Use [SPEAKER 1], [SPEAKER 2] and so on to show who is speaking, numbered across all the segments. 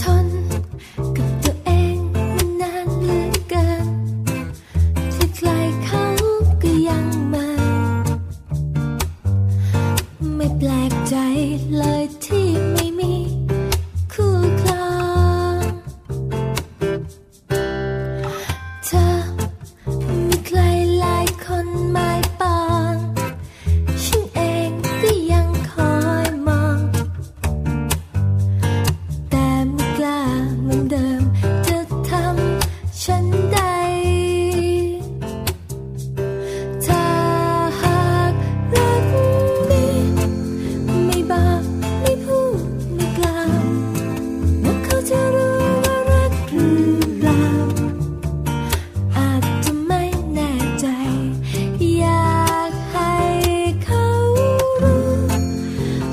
[SPEAKER 1] ทนกับตัวเองมานานเหลือเกินที่ใครเขาก็ยังมา ไม่แปลกใจเลยที่ไม่มีคู่ครองเธอมีใครหลายคนหมายปองฉันเองก็ยังคอยมอง แต่ไม่กล้าเหมือนเดิม จะทำฉันใด ถ้าหากรักนี้ ไม่บอกไม่พูดไม่กล่าวแล้วเขาจะรู้ว่ารักหรือเปล่าอาจจะไม่แน่ใจ อยากให้เขารู้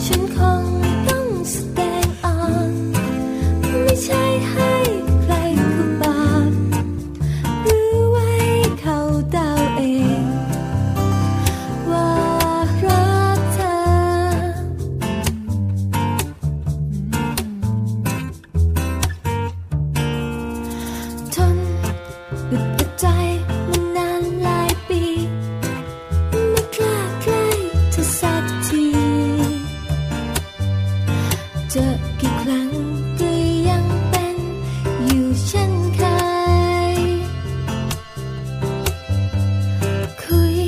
[SPEAKER 1] ฉันคงต้องแสดงออก ไม่ใช่ให้ใครเขาบอกหรือไว้เขาเดาเอง ว่ารักเธอ ทนอึดอัดใจมานานหลายปี ไม่กล้าใกล้เธอสักที เจอกี่ครั้งก็ยังเป็นอยู่เช่นเคย คุย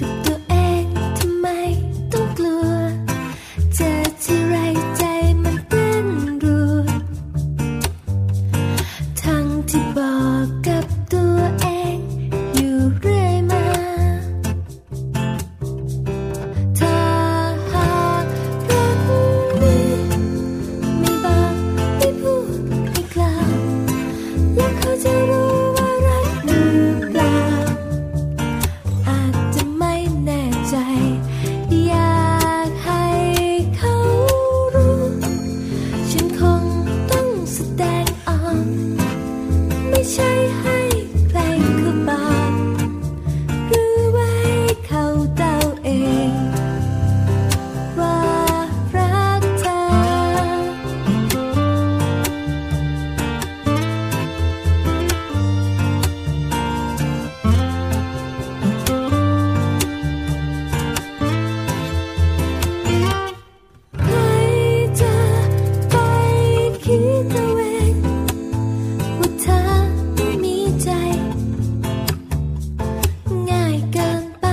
[SPEAKER 1] กับตัวเองทำไมต้องกลัว เจอที่ไรใจมันเต้นรัว ทั้งที่บอกกับตัวเองอยู่เรื่อยมา ถ้าหากรักนี้ ไม่บอกไม่พูดไม่กล่าวแล้วเขาจะรู้ว่ารักหรือเปล่าอาจจะไม่แน่ใจ อยากให้เขารู้ ฉันคงต้องแสดงออก ไม่ใช่ให้ใครเขาบอกหรือไว้เขาเดาเอง ว่ารักเธอ ใครจะไปคิดเอาเองว่าเธอไม่มีใจ ง่ายเกินไป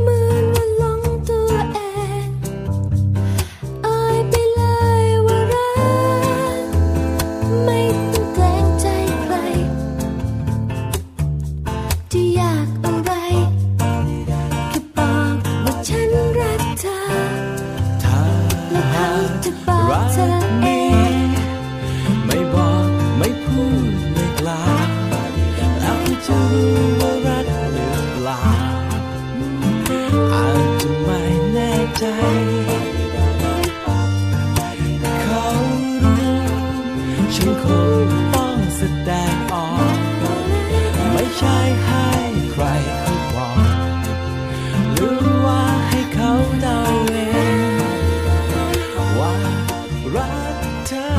[SPEAKER 1] เหมือนว่าหลงตัวเองอายไปเลยว่ารักไม่ต้องแกล้งใจใคร จะอยากอะไรแค่บอกว่าฉันรักเธอ
[SPEAKER 2] ถ้า
[SPEAKER 1] และ
[SPEAKER 2] หา
[SPEAKER 1] เขา
[SPEAKER 2] ก
[SPEAKER 1] จะบอก
[SPEAKER 2] รั
[SPEAKER 1] เธอก เอ
[SPEAKER 2] นี้
[SPEAKER 1] ง
[SPEAKER 2] ไม่บอกไม่พูดไม่กล่าวแล้วเขาจะรู้ว่ารักหรือเปล่าอาจจะไม่แน่ใจ เขารู้ฉันคงต้องแสดงออก ไม่ใช่ให้ใครเขาบอกหรือว่าให้เขาเดาเอง ว่ารักเธอ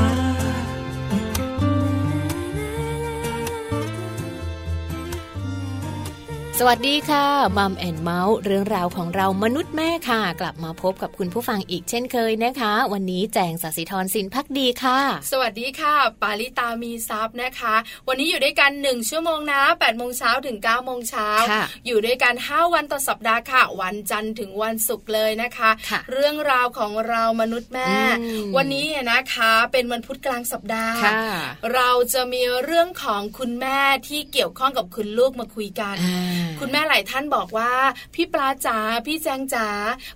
[SPEAKER 3] สวัสดีค่ะมัมแอนเมาส์เรื่องราวของเรามนุษย์แม่ค่ะ กลับมาพบกับคุณผู้ฟังอีกเช่นเคยนะคะ วันนี้แจงสศิธรสินพักดีค่ะ
[SPEAKER 4] สวัสดีค่ะ ปาลิตามีซับนะคะ วันนี้อยู่ด้วยกัน 1 ชั่วโมงนะ8โมงเช้าถึง9โมงเช้า
[SPEAKER 3] ค่ะ
[SPEAKER 4] อยู่ด้วยกัน 5 วันต่อสัปดาห์ค่ะ วันจันทร์ถึงวันศุกร์เลยนะคะ
[SPEAKER 3] ค่ะ
[SPEAKER 4] เรื่องราวของเรามนุษย์แม่
[SPEAKER 3] อืม
[SPEAKER 4] วันนี้เนี่ยนะคะเป็นวันพุธกลางสัปดาห์
[SPEAKER 3] ค่ะ
[SPEAKER 4] เราจะมีเรื่องของคุณแม่ที่เกี่ยวข้องกับคุณลูกมาคุยกัน
[SPEAKER 3] อ่า
[SPEAKER 4] คุณแม่หลายท่านบอกว่า พี่ปลาจ๋าพี่แจงจ๋า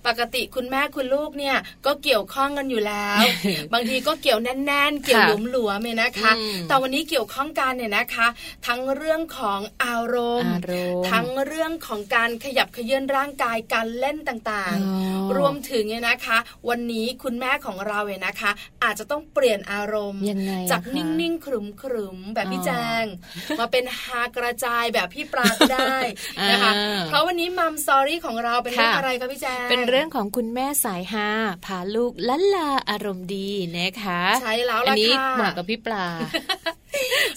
[SPEAKER 4] ปกติคุณแม่คุณลูกเนี่ยก็เกี่ยวข้องกันอยู่แล้ว บางทีก็เกี่ยวแน่น ๆ เกี่ยวหลวมหลวมๆเนี่ยนะคะ
[SPEAKER 3] อืม
[SPEAKER 4] แต่วันนี้เกี่ยวข้องกันเนี่ยนะคะ ทั้งเรื่องของอารมณ์
[SPEAKER 3] อารมณ์
[SPEAKER 4] ทั้งเรื่องของการขยับเขยื่อนร่างกายการเล่นต่าง
[SPEAKER 3] อ๋อ
[SPEAKER 4] ๆ รวมถึงเนี่ยนะคะ วันนี้คุณแม่ของเราเนี่ยนะคะ อาจจะต้องเปลี่ยนอารมณ์
[SPEAKER 3] ยังไงอะ
[SPEAKER 4] จาก
[SPEAKER 3] คะ
[SPEAKER 4] นิ่งๆขรึมๆแบบพี่
[SPEAKER 3] อ๋อ
[SPEAKER 4] แจง มาเป็นฮากระจายแบบพี่ปลาก็ได้นะคะ
[SPEAKER 3] อ่า
[SPEAKER 4] เพราะวันนี้มัมสอรี่ของเราเป็นเรื่อง
[SPEAKER 3] ค่ะ
[SPEAKER 4] อะไรคะพี่แจง
[SPEAKER 3] เป็นเรื่องของคุณแม่สายฮาพาลูกลันลาอารมณ์ดีนะคะ
[SPEAKER 4] ใช้แล้ว
[SPEAKER 3] อั
[SPEAKER 4] ล่ะ
[SPEAKER 3] นี้
[SPEAKER 4] ค่ะ
[SPEAKER 3] เหมาะกับพี่ปลา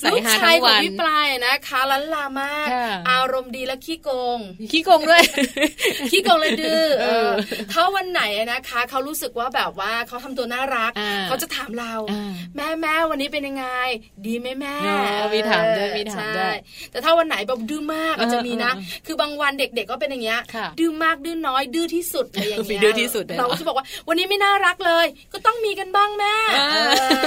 [SPEAKER 3] สาย
[SPEAKER 4] ลูก
[SPEAKER 3] ฮา
[SPEAKER 4] ชา
[SPEAKER 3] ทั้ง
[SPEAKER 4] ยของ
[SPEAKER 3] วัน
[SPEAKER 4] พี่ปลายนะคะล้านลามาก
[SPEAKER 3] ค่ะ
[SPEAKER 4] อารมณ์ดีและขี้โกง
[SPEAKER 3] ขี้โกงด้วย
[SPEAKER 4] ขี้โกงเลยดื้อเอ
[SPEAKER 3] เอ
[SPEAKER 4] อ
[SPEAKER 3] อ
[SPEAKER 4] ถ้าวันไหนนะคะ เขารู้สึกว่าแบบว่าเขาทำตัวน่ารัก
[SPEAKER 3] อ่า
[SPEAKER 4] เขาจะถามเรา
[SPEAKER 3] อ่า
[SPEAKER 4] แม่แม่วันนี้เป็นยังไง ดีไหมแม่
[SPEAKER 3] อ๋อมีถามด้วย
[SPEAKER 4] เออ
[SPEAKER 3] มีถาม
[SPEAKER 4] ใช่
[SPEAKER 3] ด้วย
[SPEAKER 4] แต่ถ้าวันไหนแบบดื้อมากอาจจะมีนะ
[SPEAKER 3] เออเออ
[SPEAKER 4] คือบางวันเด็ก ๆ ก็เป็นอย่างเงี้ย
[SPEAKER 3] ค่ะ
[SPEAKER 4] ดื้อมากดื้อน้อยดื้อที่สุดอะไรอย่างเงี้ย
[SPEAKER 3] มีดื้อที่สุดด้วยเหร
[SPEAKER 4] เรา
[SPEAKER 3] อ
[SPEAKER 4] ก็จะบอกว่า วันนี้ไม่น่ารักเลย ก็ต้องมีกันบ้างแม่
[SPEAKER 3] อ่า
[SPEAKER 4] เอ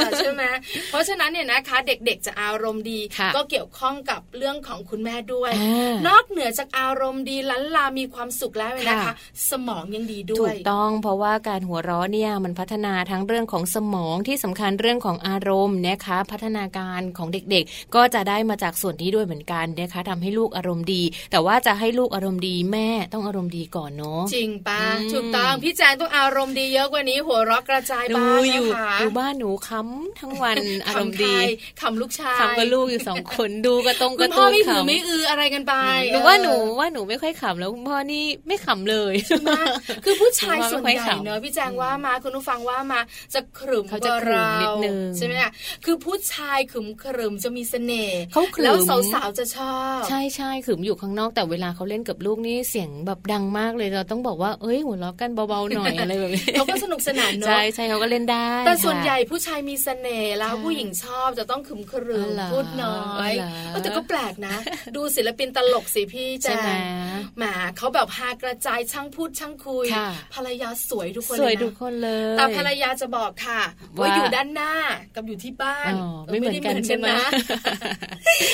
[SPEAKER 4] อใช่ไหมเพราะฉะนั้นเนี่ยนะคะ เด็กๆจะอารมณ์ดี
[SPEAKER 3] ค่ะ
[SPEAKER 4] ก็เกี่ยวข้องกับเรื่องของคุณแม่ด้วย
[SPEAKER 3] อ่า
[SPEAKER 4] นอกเหนือจากอารมณ์ดีล้านลามีความสุขแล้วเนี่ยนะคะ
[SPEAKER 3] ค่ะ
[SPEAKER 4] สมองยังดีด้
[SPEAKER 3] ถู
[SPEAKER 4] วย
[SPEAKER 3] กต้องเพราะว่าการหัวเราะเนี่ยมันพัฒนาทั้งเรื่องของสมองที่สำคัญเรื่องของอารมณ์นะคะ พัฒนาการของเด็กๆ ก็จะได้มาจากส่วนนี้ด้วยเหมือนกันนะคะทำให้ลูกอารมณ์ดี แต่ว่าจะให้ลูกอารมณ์ดีแม่ต้องอารมณ์ดีก่อนเนาะ
[SPEAKER 4] จริงปะ
[SPEAKER 3] อืม
[SPEAKER 4] ถูกต้องพี่แจงต้องอารมณ์ดีเยอะกว่านี้ หัวเรักกระจาย
[SPEAKER 3] หนู
[SPEAKER 4] บ้าง
[SPEAKER 3] อ
[SPEAKER 4] นะ
[SPEAKER 3] ยู่
[SPEAKER 4] คะ
[SPEAKER 3] อยู่บ้านหนูค้ำทั้ง วัน อารมณ์
[SPEAKER 4] คำใค
[SPEAKER 3] ดี
[SPEAKER 4] คำลูกชาย
[SPEAKER 3] ค้ำกับลูกอยู่สองคนดูกระตรงก
[SPEAKER 4] คุ
[SPEAKER 3] ระ
[SPEAKER 4] ณพ่
[SPEAKER 3] ตู
[SPEAKER 4] อน ไม่หือ
[SPEAKER 3] ขำ
[SPEAKER 4] ไม่อืออะไรกันไป
[SPEAKER 3] หนูว่า
[SPEAKER 4] เออ
[SPEAKER 3] หนูว่าหนูไม่ค่อยขำแล้วคุณพ่อนี่ไม่ขำเลย
[SPEAKER 4] มาคือผู้ชาย
[SPEAKER 3] หนูว่า
[SPEAKER 4] ส่วน
[SPEAKER 3] ไม่
[SPEAKER 4] ใหญ่
[SPEAKER 3] ค่อยขำ
[SPEAKER 4] เนอะพี่แจงว่ามาคุณผู้ฟังว่ามาจะขรึม
[SPEAKER 3] เขาจะ
[SPEAKER 4] กว่
[SPEAKER 3] ขรึมนิดนึง
[SPEAKER 4] เราใช่ไหมอะคือผู้ชายขรึมขรึมๆจะมีเสน่ห์
[SPEAKER 3] เขาขรึม
[SPEAKER 4] แล้วสาวๆจะชอบ
[SPEAKER 3] ใช่ใช่ขึมอยู่ข้างนอกแต่เวลาเขาเล่นกับลูกนี่เสียงแบบดังมากเลยเราต้องบอกว่าเอ้ยหัวเราะกันเบาๆหน่อย อะไรแบบนี้
[SPEAKER 4] เขาก็สนุกสนานเนอะ
[SPEAKER 3] ใช่ใช่เขาก็เล่นได้
[SPEAKER 4] แต่ส่วน
[SPEAKER 3] ค่ะ
[SPEAKER 4] ใหญ่ผู้ชายมีเสน่ห์แล้ว
[SPEAKER 3] ค่ะ
[SPEAKER 4] ผู้หญิงชอบจะต้องขึมขรึม
[SPEAKER 3] อ๋อเหรอ
[SPEAKER 4] พูดน้อย
[SPEAKER 3] อ๋อเหรอ
[SPEAKER 4] เออแต่ก็แปลกนะ ดูศิลปินตลกสิพี่แจ
[SPEAKER 3] ใช่ไหม
[SPEAKER 4] งหมาเขาแบบฮากระจายช่างพูดช่างคุย
[SPEAKER 3] ค่ะ
[SPEAKER 4] ภรรยาสวยทุกคน
[SPEAKER 3] สวย
[SPEAKER 4] เล
[SPEAKER 3] ทุก
[SPEAKER 4] นะ
[SPEAKER 3] คนเลย
[SPEAKER 4] แต่ภรรยาจะบอกค่ะ ว่า
[SPEAKER 3] ว่า
[SPEAKER 4] อยู่ด้านหน้ากับอยู่ที่บ้าน
[SPEAKER 3] อ๋อไม่เหมือนกันใช่ไหม
[SPEAKER 4] ด้ เอนกันนะ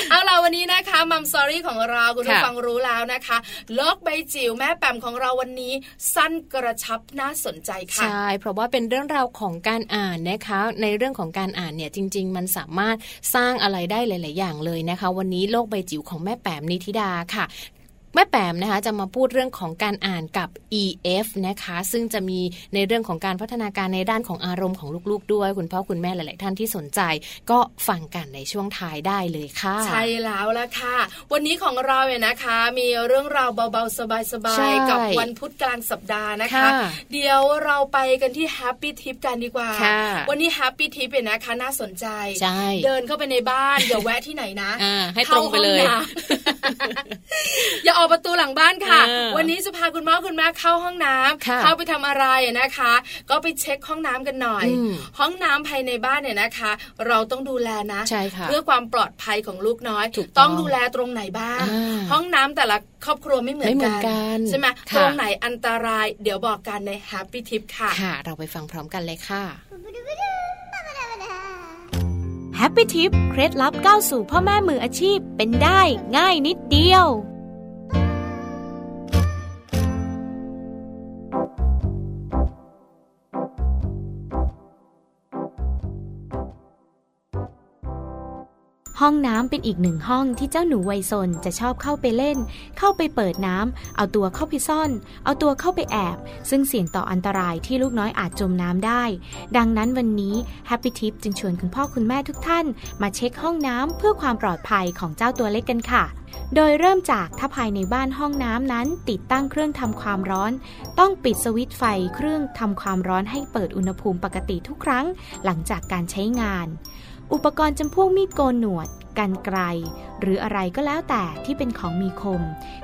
[SPEAKER 4] เอาล่ะวันนี้นะคะมัมซอรี่ของเราคุณผู้
[SPEAKER 3] ค่ะ
[SPEAKER 4] ฟังรู้แล้วนะคะโลกใบจิ๋วแม่แปมของเราวันนี้ สั้นกระชับน่าสนใจค่ะ
[SPEAKER 3] ใช่ เพราะว่าเป็นเรื่องราวของการอ่านนะคะ ในเรื่องของการอ่านเนี่ยจริง ๆ มันสามารถสร้างอะไรได้หลาย ๆ อย่างเลยนะคะ วันนี้โลกใบจิ๋วของแม่แปมนิธิดาค่ะ แม่แปมนะคะจะมาพูดเรื่องของการอ่านกับ EF นะคะ ซึ่งจะมีในเรื่องของการพัฒนาการในด้านของอารมณ์ของลูก ๆ ด้วย คุณพ่อคุณแม่หลาย ๆ ท่านที่สนใจ ก็ฟังกันในช่วงท้ายได้เลยค่ะ
[SPEAKER 4] ใช่แล้วล่ะค่ะ วันนี้ของเราเนี่ยนะคะ มีเรื่องราวเบาๆ สบา
[SPEAKER 3] ใช่
[SPEAKER 4] ยๆ กับวันพุธกลางสัปดาห์นะคะ
[SPEAKER 3] ค่ะ
[SPEAKER 4] เดี๋ยวเราไปกันที่แฮปปี้ทิปกันดีกว่า
[SPEAKER 3] ค่ะ
[SPEAKER 4] วันนี้แฮปปี้ทิปเนี่ยนะคะน่าสนใจ
[SPEAKER 3] ใช่
[SPEAKER 4] เดินเข้าไปในบ้าน อย่าแวะที่ไหนนะ
[SPEAKER 3] อ่าให้ตรงไปเลย
[SPEAKER 4] ข้าห้องน้ำ อย่าออกประตูหลังบ้านค่ะ
[SPEAKER 3] เออ
[SPEAKER 4] วันนี้จะพาคุณพ่อคุณแม่เข้าห้องน้ำ
[SPEAKER 3] ค่ะ
[SPEAKER 4] เข้าไปทำอะไรนะคะ ก็ไปเช็คห้องน้ำกันหน่อย
[SPEAKER 3] อืม
[SPEAKER 4] ห้องน้ำภายในบ้านเนี่ยนะคะ เราต้องดูแลนะ
[SPEAKER 3] ใช่ค่ะ
[SPEAKER 4] เพื่อความปลอดภัยของลูกน้อย
[SPEAKER 3] ถูกต้
[SPEAKER 4] ต้อ
[SPEAKER 3] อง ง
[SPEAKER 4] ดูแลตรงไหนบ้าง
[SPEAKER 3] อ่า
[SPEAKER 4] ห้องน้ำแต่ละครอบครัวไม่เหมือน
[SPEAKER 3] ไม่เหมื
[SPEAKER 4] กั
[SPEAKER 3] อนนกัน
[SPEAKER 4] ใช่ไหม
[SPEAKER 3] ค่ะ
[SPEAKER 4] ตรงไหนอันตราย เดี๋ยวบอกกันใน Happy Tip ค่ะ
[SPEAKER 3] ค่ะ เราไปฟังพร้อมกันเลยค่ะ
[SPEAKER 5] แฮปปี้ทิปเคล็ดลับก้าวสู่พ่อแม่มืออาชีพเป็นได้ง่ายนิดเดียว
[SPEAKER 6] ห้องน้ำเป็นอีกหนึ่งห้องที่เจ้าหนูไวยซนจะชอบเข้าไปเล่น เข้าไปเปิดน้ำ เอาตัวเข้าไปซ่อน เอาตัวเข้าไปแอบ ซึ่งเสี่ยงต่ออันตรายที่ลูกน้อยอาจจมน้ำได้ ดังนั้นวันนี้ Happy Tip จึงชวนคุณพ่อคุณแม่ทุกท่าน มาเช็คห้องน้ำเพื่อความปลอดภัยของเจ้าตัวเล็กกันค่ะ โดยเริ่มจากถ้าภายในบ้านห้องน้ำนั้น ติดตั้งเครื่องทำความร้อน ต้องปิดสวิตช์ไฟเครื่องทำความร้อนให้เปิดอุณหภูมิปกติทุกครั้ง หลังจากการใช้งาน อุปกรณ์จำพวกมีดโกนหนวด กันไกร หรืออะไรก็แล้วแต่ที่เป็นของมีคม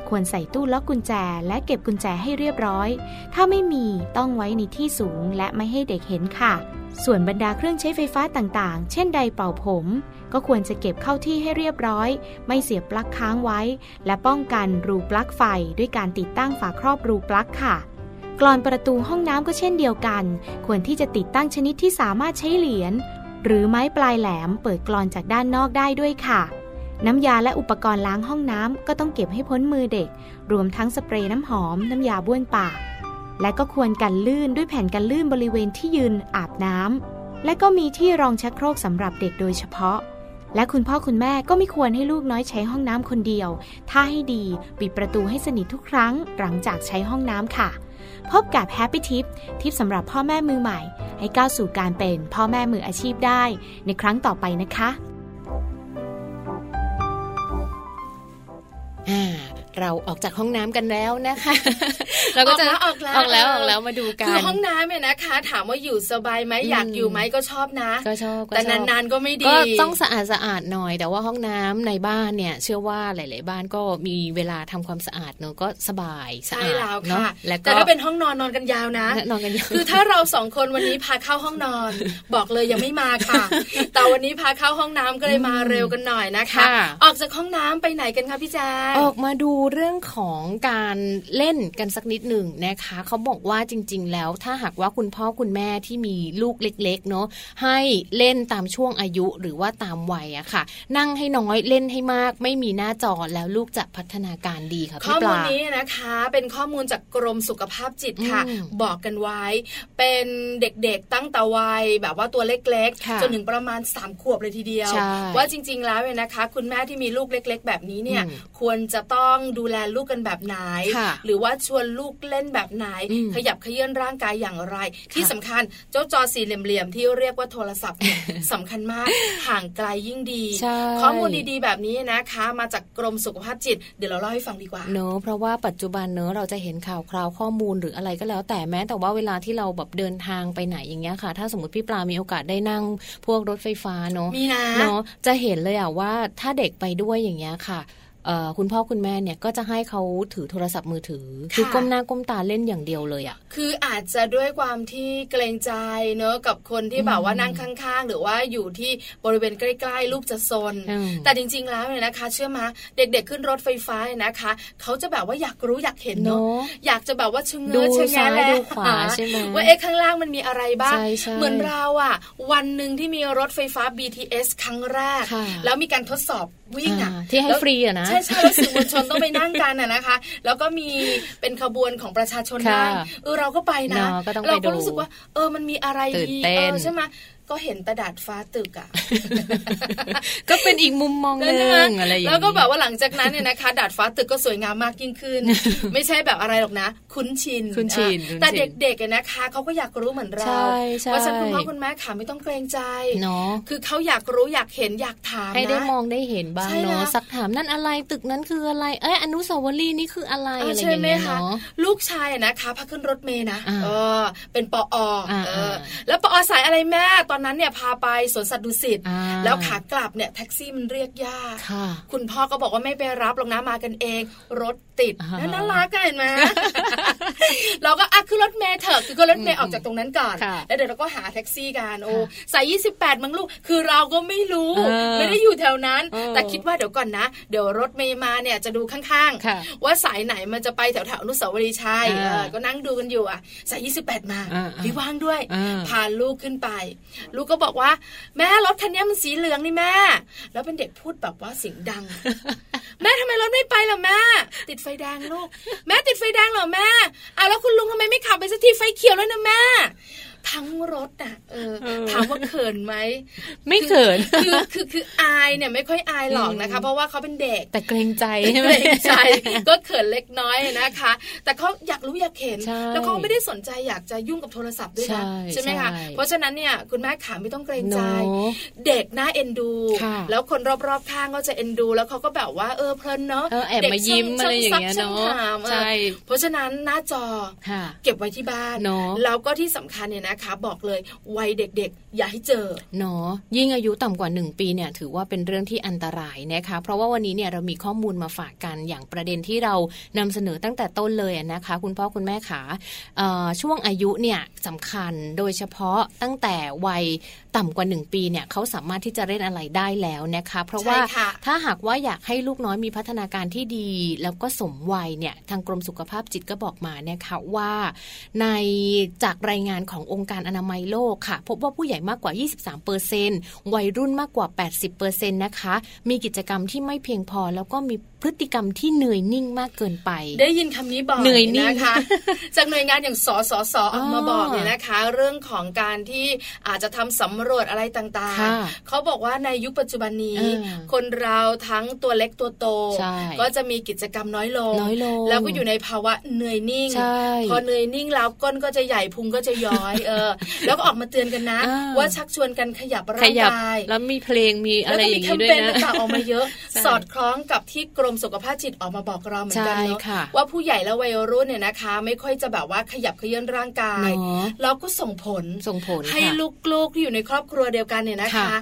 [SPEAKER 6] ควรใส่ตู้ล็อกกุญแจ และเก็บกุญแจให้เรียบร้อย ถ้าไม่มีต้องไว้ในที่สูงและไม่ให้เด็กเห็นค่ะ ส่วนบรรดาเครื่องใช้ไฟฟ้าต่างๆ เช่นไดร์เป่าผม ก็ควรจะเก็บเข้าที่ให้เรียบร้อย ไม่เสียบปลั๊กค้างไว้ และป้องกันรูปลั๊กไฟ ด้วยการติดตั้งฝาครอบรูปลั๊กค่ะ กรอนประตูห้องน้ำก็เช่นเดียวกัน ควรที่จะติดตั้งชนิดที่สามารถใช้เหรียญ หรือไม้ปลายแหลมเปิดกรอนจากด้านนอกได้ด้วยค่ะ น้ำยาและอุปกรณ์ล้างห้องน้ำก็ต้องเก็บให้พ้นมือเด็ก รวมทั้งสเปรย์น้ำหอม น้ำยาบ้วนปาก และก็ควรกันลื่นด้วยแผ่นกันลื่นบริเวณที่ยืนอาบน้ำและก็มีที่รองชักโครกสำหรับเด็กโดยเฉพาะ และคุณพ่อคุณแม่ก็ไม่ควรให้ลูกน้อยใช้ห้องน้ำคนเดียว ถ้าให้ดีปิดประตูให้สนิททุกครั้ง หลังจากใช้ห้องน้ำค่ะ พบกับแฮปปี้ทิปทิปสำหรับพ่อแม่มือใหม่ ให้ก้าวสู่การเป็นพ่อแม่มืออาชีพได้ ในครั้งต่อไปนะคะ
[SPEAKER 3] อ่าเราออกจากห้องน้ำกันแล้วนะคะ เราก็จะ
[SPEAKER 4] ออกแล้ว
[SPEAKER 3] ออ
[SPEAKER 4] ออก กแล้
[SPEAKER 3] แล้ว
[SPEAKER 4] ว
[SPEAKER 3] ออกแล้วมาดูกั
[SPEAKER 4] คือน ห้องน้ำเนี่ยนะคะ ถามว่าอยู่สบายไหม
[SPEAKER 3] อืม
[SPEAKER 4] อยากอยู่ไหมก็ชอบนะ
[SPEAKER 3] ก็ชอบก็
[SPEAKER 4] แต่
[SPEAKER 3] ชอบ
[SPEAKER 4] นานๆก็ไม่ดี
[SPEAKER 3] ก็ต้องสะอาดสะอาดหน่อย แต่ว่าห้องน้ำในบ้านเนี่ย เชื่อว่าหลาย ๆ บ้านก็มีเวลาทำความสะอาดเนอะก็สบายสะ
[SPEAKER 4] ใช่
[SPEAKER 3] อาด
[SPEAKER 4] แล้ว
[SPEAKER 3] เนาะ
[SPEAKER 4] ค่ะ
[SPEAKER 3] แล้วก็
[SPEAKER 4] แต่ถ้าเป็นห้องนอนนอนกันยาวนะ
[SPEAKER 3] นอนกันอยู่
[SPEAKER 4] คือถ้าเราสองคนวันนี้พาเข้าห้องนอน บอกเลยยังไม่มาค่ะ แต่วันนี้พาเข้าห้องน้ำก็เลยมาเร็วกันหน่อยนะคะ
[SPEAKER 3] ค่ะ
[SPEAKER 4] ออกจากห้องน้ำไปไหนกันคะพี่แจง
[SPEAKER 3] ออกมาดูเรื่องของการเล่นกันสักนิดหนึ่งนะคะเขาบอกว่าจริง ๆ แล้วถ้าหากว่าคุณพ่อคุณแม่ที่มีลูกเล็ก ๆ เนาะให้เล่นตามช่วงอายุหรือว่าตามวัยอะค่ะ นั่งให้น้อยเล่นให้มาก ไม่มีหน้าจอแล้วลูกจะพัฒนาการดีค่ะ
[SPEAKER 4] ข้
[SPEAKER 3] พี่
[SPEAKER 4] อ
[SPEAKER 3] ป
[SPEAKER 4] มูล
[SPEAKER 3] ลา
[SPEAKER 4] นี้นะคะเป็นข้อมูลจากกรมสุขภาพจิตค่ะ
[SPEAKER 3] อืม
[SPEAKER 4] บอกกันไว้ เป็นเด็กๆตั้งแต่วัยแบบว่าตัวเล็ก
[SPEAKER 3] ค่ะ
[SPEAKER 4] ๆ จนถึงประมาณ 3 ขวบเลยทีเดียว
[SPEAKER 3] ใช่
[SPEAKER 4] ว่าจริง ๆ แล้วเนี่ยนะคะ คุณแม่ที่มีลูกเล็ก ๆ แบบนี้เนี่ย
[SPEAKER 3] อืม
[SPEAKER 4] ควรจะต้องดูแลลูกกันแบบไหน
[SPEAKER 3] ค่ะ
[SPEAKER 4] หรือว่าชวนลูกเล่นแบบไหน
[SPEAKER 3] อืม
[SPEAKER 4] ขยับเขยื่อนร่างกายอย่างไร ที่สำคัญเจ้าจอสี่เหลี่ยมๆที่เรียกว่าโทรศัพท์เนี่ย สำคัญมากห่างไกลยิ่งดี
[SPEAKER 3] ใช่
[SPEAKER 4] ข้อมูลดีๆแบบนี้นะคะ มาจากกรมสุขภาพจิต เดี๋ยวเราเล่าให้ฟังดีกว่า
[SPEAKER 3] เนอะเพราะว่าปัจจุบันเนอะเราจะเห็นข่าวคราวข้อมูลหรืออะไรก็แล้ว แต่แม้แต่ว่าเวลาที่เราแบบเดินทางไปไหนอย่างเงี้ยค่ะ ถ้าสมมติพี่ปลา มีโอกาสได้นั่งพวกรถไฟฟ้าเนอะ
[SPEAKER 4] มีนะ
[SPEAKER 3] เนอะจะเห็นเลยอะว่าถ้าเด็กไปด้วยอย่างเงี้ยค่ะเอ่อคุณพ่อคุณแม่เนี่ยก็จะให้เขาถือโทรศัพท์มือถือคือ
[SPEAKER 4] ค่ะ
[SPEAKER 3] ก้มหน้าก้มตาเล่นอย่างเดียวเลยอะ
[SPEAKER 4] คืออาจจะด้วยความที่เกรงใจเนอะกับคนที่แบบว่านั่งข้างๆ หรือว่าอยู่ที่บริเวณใกล้ๆ ลูกจะซน
[SPEAKER 3] อืม
[SPEAKER 4] แต่จริงๆแล้วเนี่ยนะคะ เชื่อมาเด็กๆขึ้นรถไฟฟ้าเนี่ยนะคะ เขาจะแบบว่าอยากรู้อยากเห็นเนอะ
[SPEAKER 3] เนอะ
[SPEAKER 4] อยากจะแบบว่าชะเง้
[SPEAKER 3] ดู
[SPEAKER 4] อชะแงะ
[SPEAKER 3] ซ้าย
[SPEAKER 4] แล
[SPEAKER 3] ดูขวาใช่ไหม
[SPEAKER 4] ว่าเอ๊ะข้างล่างมันมีอะไรบ้าง
[SPEAKER 3] ใช่ใช่
[SPEAKER 4] เหมือนเราอ่ะ วันหนึ่งที่มีรถไฟฟ้า BTS ครั้งแรก
[SPEAKER 3] ค่ะ
[SPEAKER 4] แล้วมีการทดสอบวิ่งอ่ะ
[SPEAKER 3] อ่าที่ให้
[SPEAKER 4] แล้ว
[SPEAKER 3] ฟรีอะนะ
[SPEAKER 4] ใช่ใช่แล้วสื่อมวลชนต้องไปนั่งกันอ่ะนะคะ แล้วก็มีเป็นขบวนของประชาชนนั่ง
[SPEAKER 3] ค่ะ
[SPEAKER 4] เออเราก็ไป ไปนะ
[SPEAKER 3] เนอะก็ต้องไป
[SPEAKER 4] เรา
[SPEAKER 3] ดู
[SPEAKER 4] ก็รู้สึกว่า เออมันมีอะไร
[SPEAKER 3] ตื่น
[SPEAKER 4] ดี
[SPEAKER 3] เต้
[SPEAKER 4] เอน อใช่ไหมก็เห็นแตะดาดฟ้าตึกอะ
[SPEAKER 3] ก็เป็นอีกมุมมองหนึ่
[SPEAKER 4] ใช่ไหม
[SPEAKER 3] งอะไรอย่าง
[SPEAKER 4] แล้ว
[SPEAKER 3] เงี้ย
[SPEAKER 4] ก็แบบว่าหลังจากนั้นเนี่ยนะคะ ดาดฟ้าตึกก็สวยงามมากยิ่ง ขึ้น ไม่ใช่แบบอะไรหรอกนะ คุ้นชิน
[SPEAKER 3] คุ้นชิน
[SPEAKER 4] อ่ะ
[SPEAKER 3] คุ้นชิน
[SPEAKER 4] แต่เด็กๆอะนะคะเขาก็อยากรู้เหมือนเรา
[SPEAKER 3] ใช่ใช่
[SPEAKER 4] เพราะฉะนั้นคุณพ่อคุณแม่ค่ะไม่ต้องเกรงใจ
[SPEAKER 3] เนอะ
[SPEAKER 4] คือเขาอยากรู้อยากเห็นอยากถาม
[SPEAKER 3] ให้ได้
[SPEAKER 4] นะ
[SPEAKER 3] มองได้เห็นบ้าง
[SPEAKER 4] ใช่
[SPEAKER 3] เนอะ
[SPEAKER 4] แล้ว
[SPEAKER 3] สักถามนั่นอะไรตึกนั้นคืออะไรเอ้ยอนุสาวรีย์นี่คืออะไร
[SPEAKER 4] เออ
[SPEAKER 3] อะไร
[SPEAKER 4] ใช่
[SPEAKER 3] อย่าง
[SPEAKER 4] ไหม
[SPEAKER 3] เงี้ย
[SPEAKER 4] คะ
[SPEAKER 3] เนาะ
[SPEAKER 4] ลูกชายอะนะคะพาขึ้นรถเมย์นะ
[SPEAKER 3] อ่า
[SPEAKER 4] เออเป็นปออ
[SPEAKER 3] อ่า
[SPEAKER 4] เอออา แล้วปออสายอะไรแม่ตอนนั้นเนี่ยพาไปสวนสัตว์ดุสิต
[SPEAKER 3] อ่า
[SPEAKER 4] แล้วขากลับเนี่ยแท็กซี่มันเรียกยาก
[SPEAKER 3] ค่ะ
[SPEAKER 4] คุณพ่อก็บอกว่าไม่ไปรับหรอกนะมากันเอง รถติด
[SPEAKER 3] อ่า
[SPEAKER 4] น่าน่ารักอะเห็ นไหม เราก็อ่ะขึ้นรถเมล์เถอะคือขึ้นรถเมล์ออกจากตรงนั้นก่อน
[SPEAKER 3] ค่ะ
[SPEAKER 4] แล้วเดี๋ยวเราก็หาแท็กซี่กันโอ้
[SPEAKER 3] ค่ะ
[SPEAKER 4] สาย28มั้งลูก คือเราก็ไม่รู้
[SPEAKER 3] เออ
[SPEAKER 4] ไม่ได้อยู่แถวนั้น
[SPEAKER 3] เออ
[SPEAKER 4] แต่คิดว่าเดี๋ยวก่อนนะ เดี๋ยวรถเมล์มาเนี่ยจะดูข้าง
[SPEAKER 3] ค่ะ
[SPEAKER 4] ๆ ว่าสายไหนมันจะไปแถวๆอนุสาวรีย์ชัย
[SPEAKER 3] อ่า
[SPEAKER 4] เออก็นั่งดูกันอยู่อ่ะสาย28มา
[SPEAKER 3] อ่าๆ
[SPEAKER 4] พี่ว่างด้วย
[SPEAKER 3] อ่า
[SPEAKER 4] พาลูกขึ้นไป ลูกก็บอกว่า แม่รถคันเนี้ยมันสีเหลืองนี่แม่ แล้วเป็นเด็กพูดแบบว่าเสียงดัง แม่ทำไมรถไม่ไปล่ะแม่ ติดไฟแดงลูก แม่ติดไฟแดงเหรอแม่อ่ะแล้วคุณลุงทำไมไม่ขับไปสักทีไฟเขียวแล้วนะแม่ ทั้งรถอ่ะเออถามว่าเขินไหม
[SPEAKER 3] ไม่เขิน
[SPEAKER 4] คือคือคืออายเนี่ยไม่ค่อยอายหรอกนะคะ เพราะว่าเขาเป็นเด็ก
[SPEAKER 3] แต่เกรงใจใช่ไหม
[SPEAKER 4] เกรงใจก็เขินเล็กน้อยนะคะ แต่เขาอยากรู้อยากเห็น
[SPEAKER 3] ใช่
[SPEAKER 4] แล้วเขาไม่ได้สนใจอยากจะยุ่งกับโทรศัพท์ด้วยนะ
[SPEAKER 3] ใช่
[SPEAKER 4] ไหมคะ
[SPEAKER 3] ใช่
[SPEAKER 4] เพราะฉะนั้นเนี่ยคุณแม่ขาไม่ต้องเกรงใจ
[SPEAKER 3] เนาะ
[SPEAKER 4] เด็กน่าเอ็นดู
[SPEAKER 3] ค่ะ
[SPEAKER 4] แล้วคนรอบๆข้างก็จะเอ็นดู แล้วเขาก็แบบว่าเออเพลินเนาะ
[SPEAKER 3] เออแอบ
[SPEAKER 4] ด็ก
[SPEAKER 3] มายิ้ม
[SPEAKER 4] ช่
[SPEAKER 3] อะไรอย่างเงี้ย
[SPEAKER 4] ช่
[SPEAKER 3] เนอะ
[SPEAKER 4] ช่ถมออ
[SPEAKER 3] ใช่
[SPEAKER 4] เพราะฉะนั้นหน้าจอ
[SPEAKER 3] ค่ะ
[SPEAKER 4] เก็บไว้ที่บ้าน
[SPEAKER 3] เนอะ
[SPEAKER 4] แล้วก็ที่สำคัญเนี่ยนะคะ บอกเลยวัยเด็กๆ อย่าให้เจอ
[SPEAKER 3] เนาะยิ่งอายุต่ำกว่า 1 ปีเนี่ยถือว่าเป็นเรื่องที่อันตรายนะคะเพราะว่าวันนี้เนี่ยเรามีข้อมูลมาฝากกันอย่างประเด็นที่เรานำเสนอตั้งแต่ต้นเลยอะนะคะ คุณพ่อคุณแม่ขาเอ่อช่วงอายุเนี่ยสำคัญโดยเฉพาะตั้งแต่วัยต่ำกว่า 1 ปีเนี่ยเขาสามารถที่จะเล่นอะไรได้แล้วนะคะ เพราะว่า
[SPEAKER 4] ใช่ค่ะ
[SPEAKER 3] ถ้าหากว่าอยากให้ลูกน้อยมีพัฒนาการที่ดี แล้วก็สมวัยเนี่ยทางกรมสุขภาพจิตก็บอกมานะคะว่า ในจากรายงานขององ ค์การอนามัยโลกค่ะ พบว่าผู้ใหญ่มากกว่า 23%วัยรุ่นมากกว่า 80%นะคะ มีกิจกรรมที่ไม่เพียงพอ แล้วก็มีพฤติกรรมที่เหนื่อยนิ่งมากเกินไป
[SPEAKER 4] ได้ยินคำนี้บ่อย
[SPEAKER 3] เหนื่อยนิ่ง
[SPEAKER 4] นะคะ จากหน่วยงานอย่างสสสออกมา
[SPEAKER 3] อ๋อ
[SPEAKER 4] บอกเนี่ยนะคะ เรื่องของการที่อาจจะทำสำรวจอะไรต่าง
[SPEAKER 3] ค่ะ
[SPEAKER 4] ๆ เขาบอกว่าในยุคปัจจุบันนี้
[SPEAKER 3] เออ
[SPEAKER 4] คนเราทั้งตัวเล็กตัวโต
[SPEAKER 3] ใช่
[SPEAKER 4] ก็จะมีกิจกรรมน้อยลง
[SPEAKER 3] น้อยลง
[SPEAKER 4] แล้วก็อยู่ในภาวะเหนื่อยนิ่ง
[SPEAKER 3] ใช่
[SPEAKER 4] พอเหนื่อยนิ่งแล้วก้นก็จะใหญ่พุงก็จะย้อยเออ แล้วก็ออกมาเตือนกันนะ
[SPEAKER 3] อ่า
[SPEAKER 4] ว่าชักชวนกันขยับ
[SPEAKER 3] ข
[SPEAKER 4] ร่าง
[SPEAKER 3] ยับ
[SPEAKER 4] กาย
[SPEAKER 3] แล้วมีเพลงมีอะไรอย่าง
[SPEAKER 4] แล้
[SPEAKER 3] นี้
[SPEAKER 4] วก็มี
[SPEAKER 3] ด้ว
[SPEAKER 4] แค
[SPEAKER 3] ย
[SPEAKER 4] มเปญ
[SPEAKER 3] นะ
[SPEAKER 4] ต่างๆออกมาเยอะ
[SPEAKER 3] ใช่
[SPEAKER 4] สอดคล้องกับที่กรมสุขภาพจิตออกมาบอกเราเหมือนกันเนาะ
[SPEAKER 3] ใช่ค่ะ
[SPEAKER 4] ว่าผู้ใหญ่และวัยรุ่นเนี่ยนะคะ ไม่ค่อยจะแบบว่าขยับเขยื้อนร่างกาย
[SPEAKER 3] เนอะ
[SPEAKER 4] แล้วก็ส่งผล
[SPEAKER 3] ส่งผล
[SPEAKER 4] ให้
[SPEAKER 3] ค่ะ
[SPEAKER 4] ลูกๆที่อยู่ในครอบครัวเดียวกันเนี่ยนะคะ
[SPEAKER 3] ค่ะ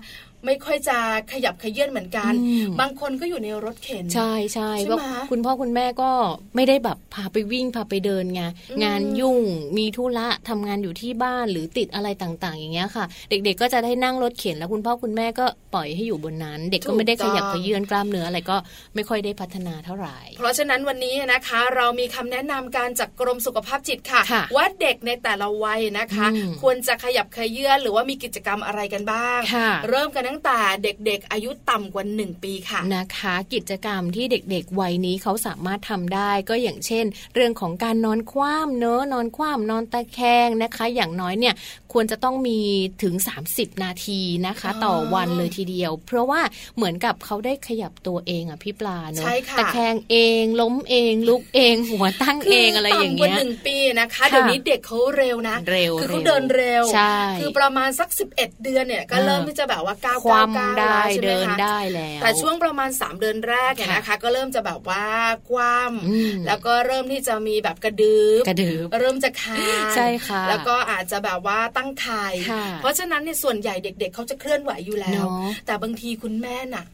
[SPEAKER 4] ไม่ค่อยจะขยับเขยื้อนเหมือนกัน
[SPEAKER 3] อืม
[SPEAKER 4] บางคนก็อยู่ในรถเข็น
[SPEAKER 3] ใช่ใช่
[SPEAKER 4] ใช่ไหม
[SPEAKER 3] ว่าคุณพ่อคุณแม่ก็ไม่ได้แบบพาไปวิ่งพาไปเดินไง
[SPEAKER 4] อืม
[SPEAKER 3] งานยุ่งมีธุระทำงานอยู่ที่บ้านหรือติดอะไรต่างๆ อย่างเงี้ยค่ะ เด็กๆก็จะได้นั่งรถเข็นแล้วคุณพ่อคุณแม่ก็ปล่อยให้อยู่บนนั้น เด็ก
[SPEAKER 4] ถู
[SPEAKER 3] ก็
[SPEAKER 4] ก
[SPEAKER 3] ไม่ได้ขยับ
[SPEAKER 4] ต้อง
[SPEAKER 3] ขยื่นกล้ามเนื้ออะไรก็ไม่ค่อยได้พัฒนาเท่าไหร่
[SPEAKER 4] เพราะฉะนั้นวันนี้นะคะ เรามีคำแนะนำการจากกรมสุขภาพจิตค่ะ
[SPEAKER 3] ค่ะ
[SPEAKER 4] ว่าเด็กในแต่ละวัยนะคะ
[SPEAKER 3] อืม
[SPEAKER 4] ควรจะขยับเขยื้อนหรือว่ามีกิจกรรมอะไรกันบ้าง
[SPEAKER 3] ค่ะ
[SPEAKER 4] เริ่มกันตั้งแต่เด็กๆ อายุต่ำกว่า 1 ปีค่ะ
[SPEAKER 3] นะคะกิจกรรมที่เด็กๆ วัยนี้เขาสามารถทำได้ก็อย่างเช่น เรื่องของการนอนคว่ำเนอะนอนคว่ำนอนตะแคงนะคะ อย่างน้อยเนี่ยควรจะต้องมีถึง 30 นาทีนะคะ
[SPEAKER 4] อ๋อ
[SPEAKER 3] ต่อวันเลยทีเดียว เพราะว่าเหมือนกับเขาได้ขยับตัวเองอ่ะพี่ปลาเนอะ
[SPEAKER 4] ใช่ค่ะ
[SPEAKER 3] ตะแคงเองล้มเองลุกเองหัวตั้งเองอะไรอย่าง
[SPEAKER 4] ต่ำกว่า
[SPEAKER 3] เงี้ย
[SPEAKER 4] หนึ่งปีนะคะ
[SPEAKER 3] ค่ะ
[SPEAKER 4] เดี๋ยวนี้เด็กเขาเร็วนะ
[SPEAKER 3] เร็ว
[SPEAKER 4] คือเขา
[SPEAKER 3] เร็ว
[SPEAKER 4] เดินเร็ว
[SPEAKER 3] ใช่
[SPEAKER 4] คือประมาณสัก 11 เดือนเนี่ยก็
[SPEAKER 3] เออ
[SPEAKER 4] เริ่มที่จะแบบว่าก้าวก้าว
[SPEAKER 3] คาม
[SPEAKER 4] ก้าว
[SPEAKER 3] ได้
[SPEAKER 4] แล้วใช่ไหม
[SPEAKER 3] เดิน
[SPEAKER 4] คะ
[SPEAKER 3] ได้แล้ว
[SPEAKER 4] แต่ช่วงประมาณ 3 เดือนแรกเนี่ยนะคะ ก็เริ่มจะแบบว่าความ
[SPEAKER 3] อืม
[SPEAKER 4] แล้วก็เริ่มที่จะมีแบบกระดืบ
[SPEAKER 3] กระดืบ
[SPEAKER 4] เริ่มจะคาน
[SPEAKER 3] ใช่ค่ะ
[SPEAKER 4] แล้วก็อาจจะแบบว่าตั้งไข่
[SPEAKER 3] ค่ะ
[SPEAKER 4] เพราะฉะนั้นเนี่ยส่วนใหญ่เด็ก ๆเขาจะเคลื่อนไหวอยู่แล้ว
[SPEAKER 3] เนอะ
[SPEAKER 4] แต่บางทีคุณแม่น่ะ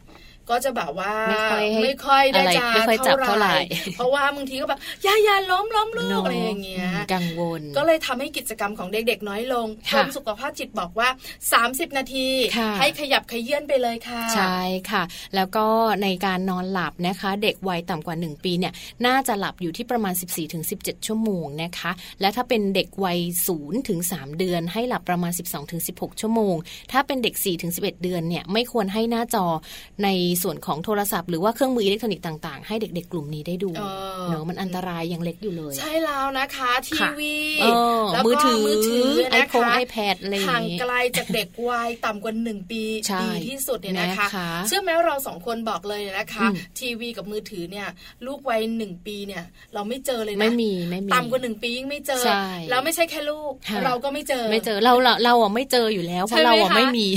[SPEAKER 4] ก็จะแบบว่า
[SPEAKER 3] ไม่ค่อยให้
[SPEAKER 4] ไม่ค่อยได้
[SPEAKER 3] อะไร
[SPEAKER 4] จะ
[SPEAKER 3] ไม่ค่อยจับเท่าไหร่
[SPEAKER 4] เพราะว่าบางทีก็แบบอยาอยาล้มล้มลู
[SPEAKER 3] น
[SPEAKER 4] กอะไรอย่างเงี้ย
[SPEAKER 3] กังวล
[SPEAKER 4] ก็เลยทำให้กิจกรรมของเด็กๆน้อยลงกร
[SPEAKER 3] ค่ะ
[SPEAKER 4] มสุขภาพจิตบอกว่า 30 นาที
[SPEAKER 3] ค่ะ
[SPEAKER 4] ให้ขยับขยื่นไปเลยค่ะ
[SPEAKER 3] ใช่ค่ะ แล้วก็ในการนอนหลับนะคะ เด็กวัยต่ำกว่า 1 ปีเนี่ยน่าจะหลับอยู่ที่ประมาณ 14-17 ชั่วโมงนะคะ และถ้าเป็นเด็กวัย0-3 เดือน ให้หลับประมาณ 12-16 ชั่วโมง ถ้าเป็นเด็ก 4-11 เดือนเนี่ยไม่ควรให้หน้าจอในส่วนของโทรศัพท์หรือว่าเครื่องมืออิเล็กทรอนิกส์ต่างๆ ให้เด็ก ๆ กลุ่มนี้ได้ดู
[SPEAKER 4] เออ
[SPEAKER 3] เนาะมันอันตรายยังเล็กอยู่เลย
[SPEAKER 4] ใช่แล้วนะคะ ที
[SPEAKER 3] ค่ะ
[SPEAKER 4] วี
[SPEAKER 3] เออ
[SPEAKER 4] แล้วก็
[SPEAKER 3] มือถือ
[SPEAKER 4] มือถือ
[SPEAKER 3] ไอ
[SPEAKER 4] นะ
[SPEAKER 3] โฟน
[SPEAKER 4] คะ
[SPEAKER 3] ไอแพดอะไรอย่าง
[SPEAKER 4] ห่าง
[SPEAKER 3] งี้
[SPEAKER 4] ไกลจากเด็กวัย ต่ำกว่าหนึ่งปี
[SPEAKER 3] ใช่
[SPEAKER 4] ดีที่สุดเนี่ยนะคะ
[SPEAKER 3] นะคะ
[SPEAKER 4] เชื่อไหมเราสองคนบอกเลยนะคะ
[SPEAKER 3] อืม
[SPEAKER 4] ทีวีกับมือถือเนี่ย ลูกวัยหนึ่งปีเนี่ย เราไม่เจอเลยนะ
[SPEAKER 3] ไม่มีไม่มี
[SPEAKER 4] ต่ำกว่าหนึ่งปียิ่งไม่เจอ
[SPEAKER 3] ใช่
[SPEAKER 4] แล้วไม่ใช่แค่ลูก
[SPEAKER 3] ค่ะ
[SPEAKER 4] เราก็ไม่เจอ
[SPEAKER 3] ไม่เจอเราเราเราอ่ะไม่เจออยู่แล้วเพ
[SPEAKER 4] ใช่
[SPEAKER 3] ราะ
[SPEAKER 4] ไหม
[SPEAKER 3] เราอ่ะ
[SPEAKER 4] คะ
[SPEAKER 3] ไม่มี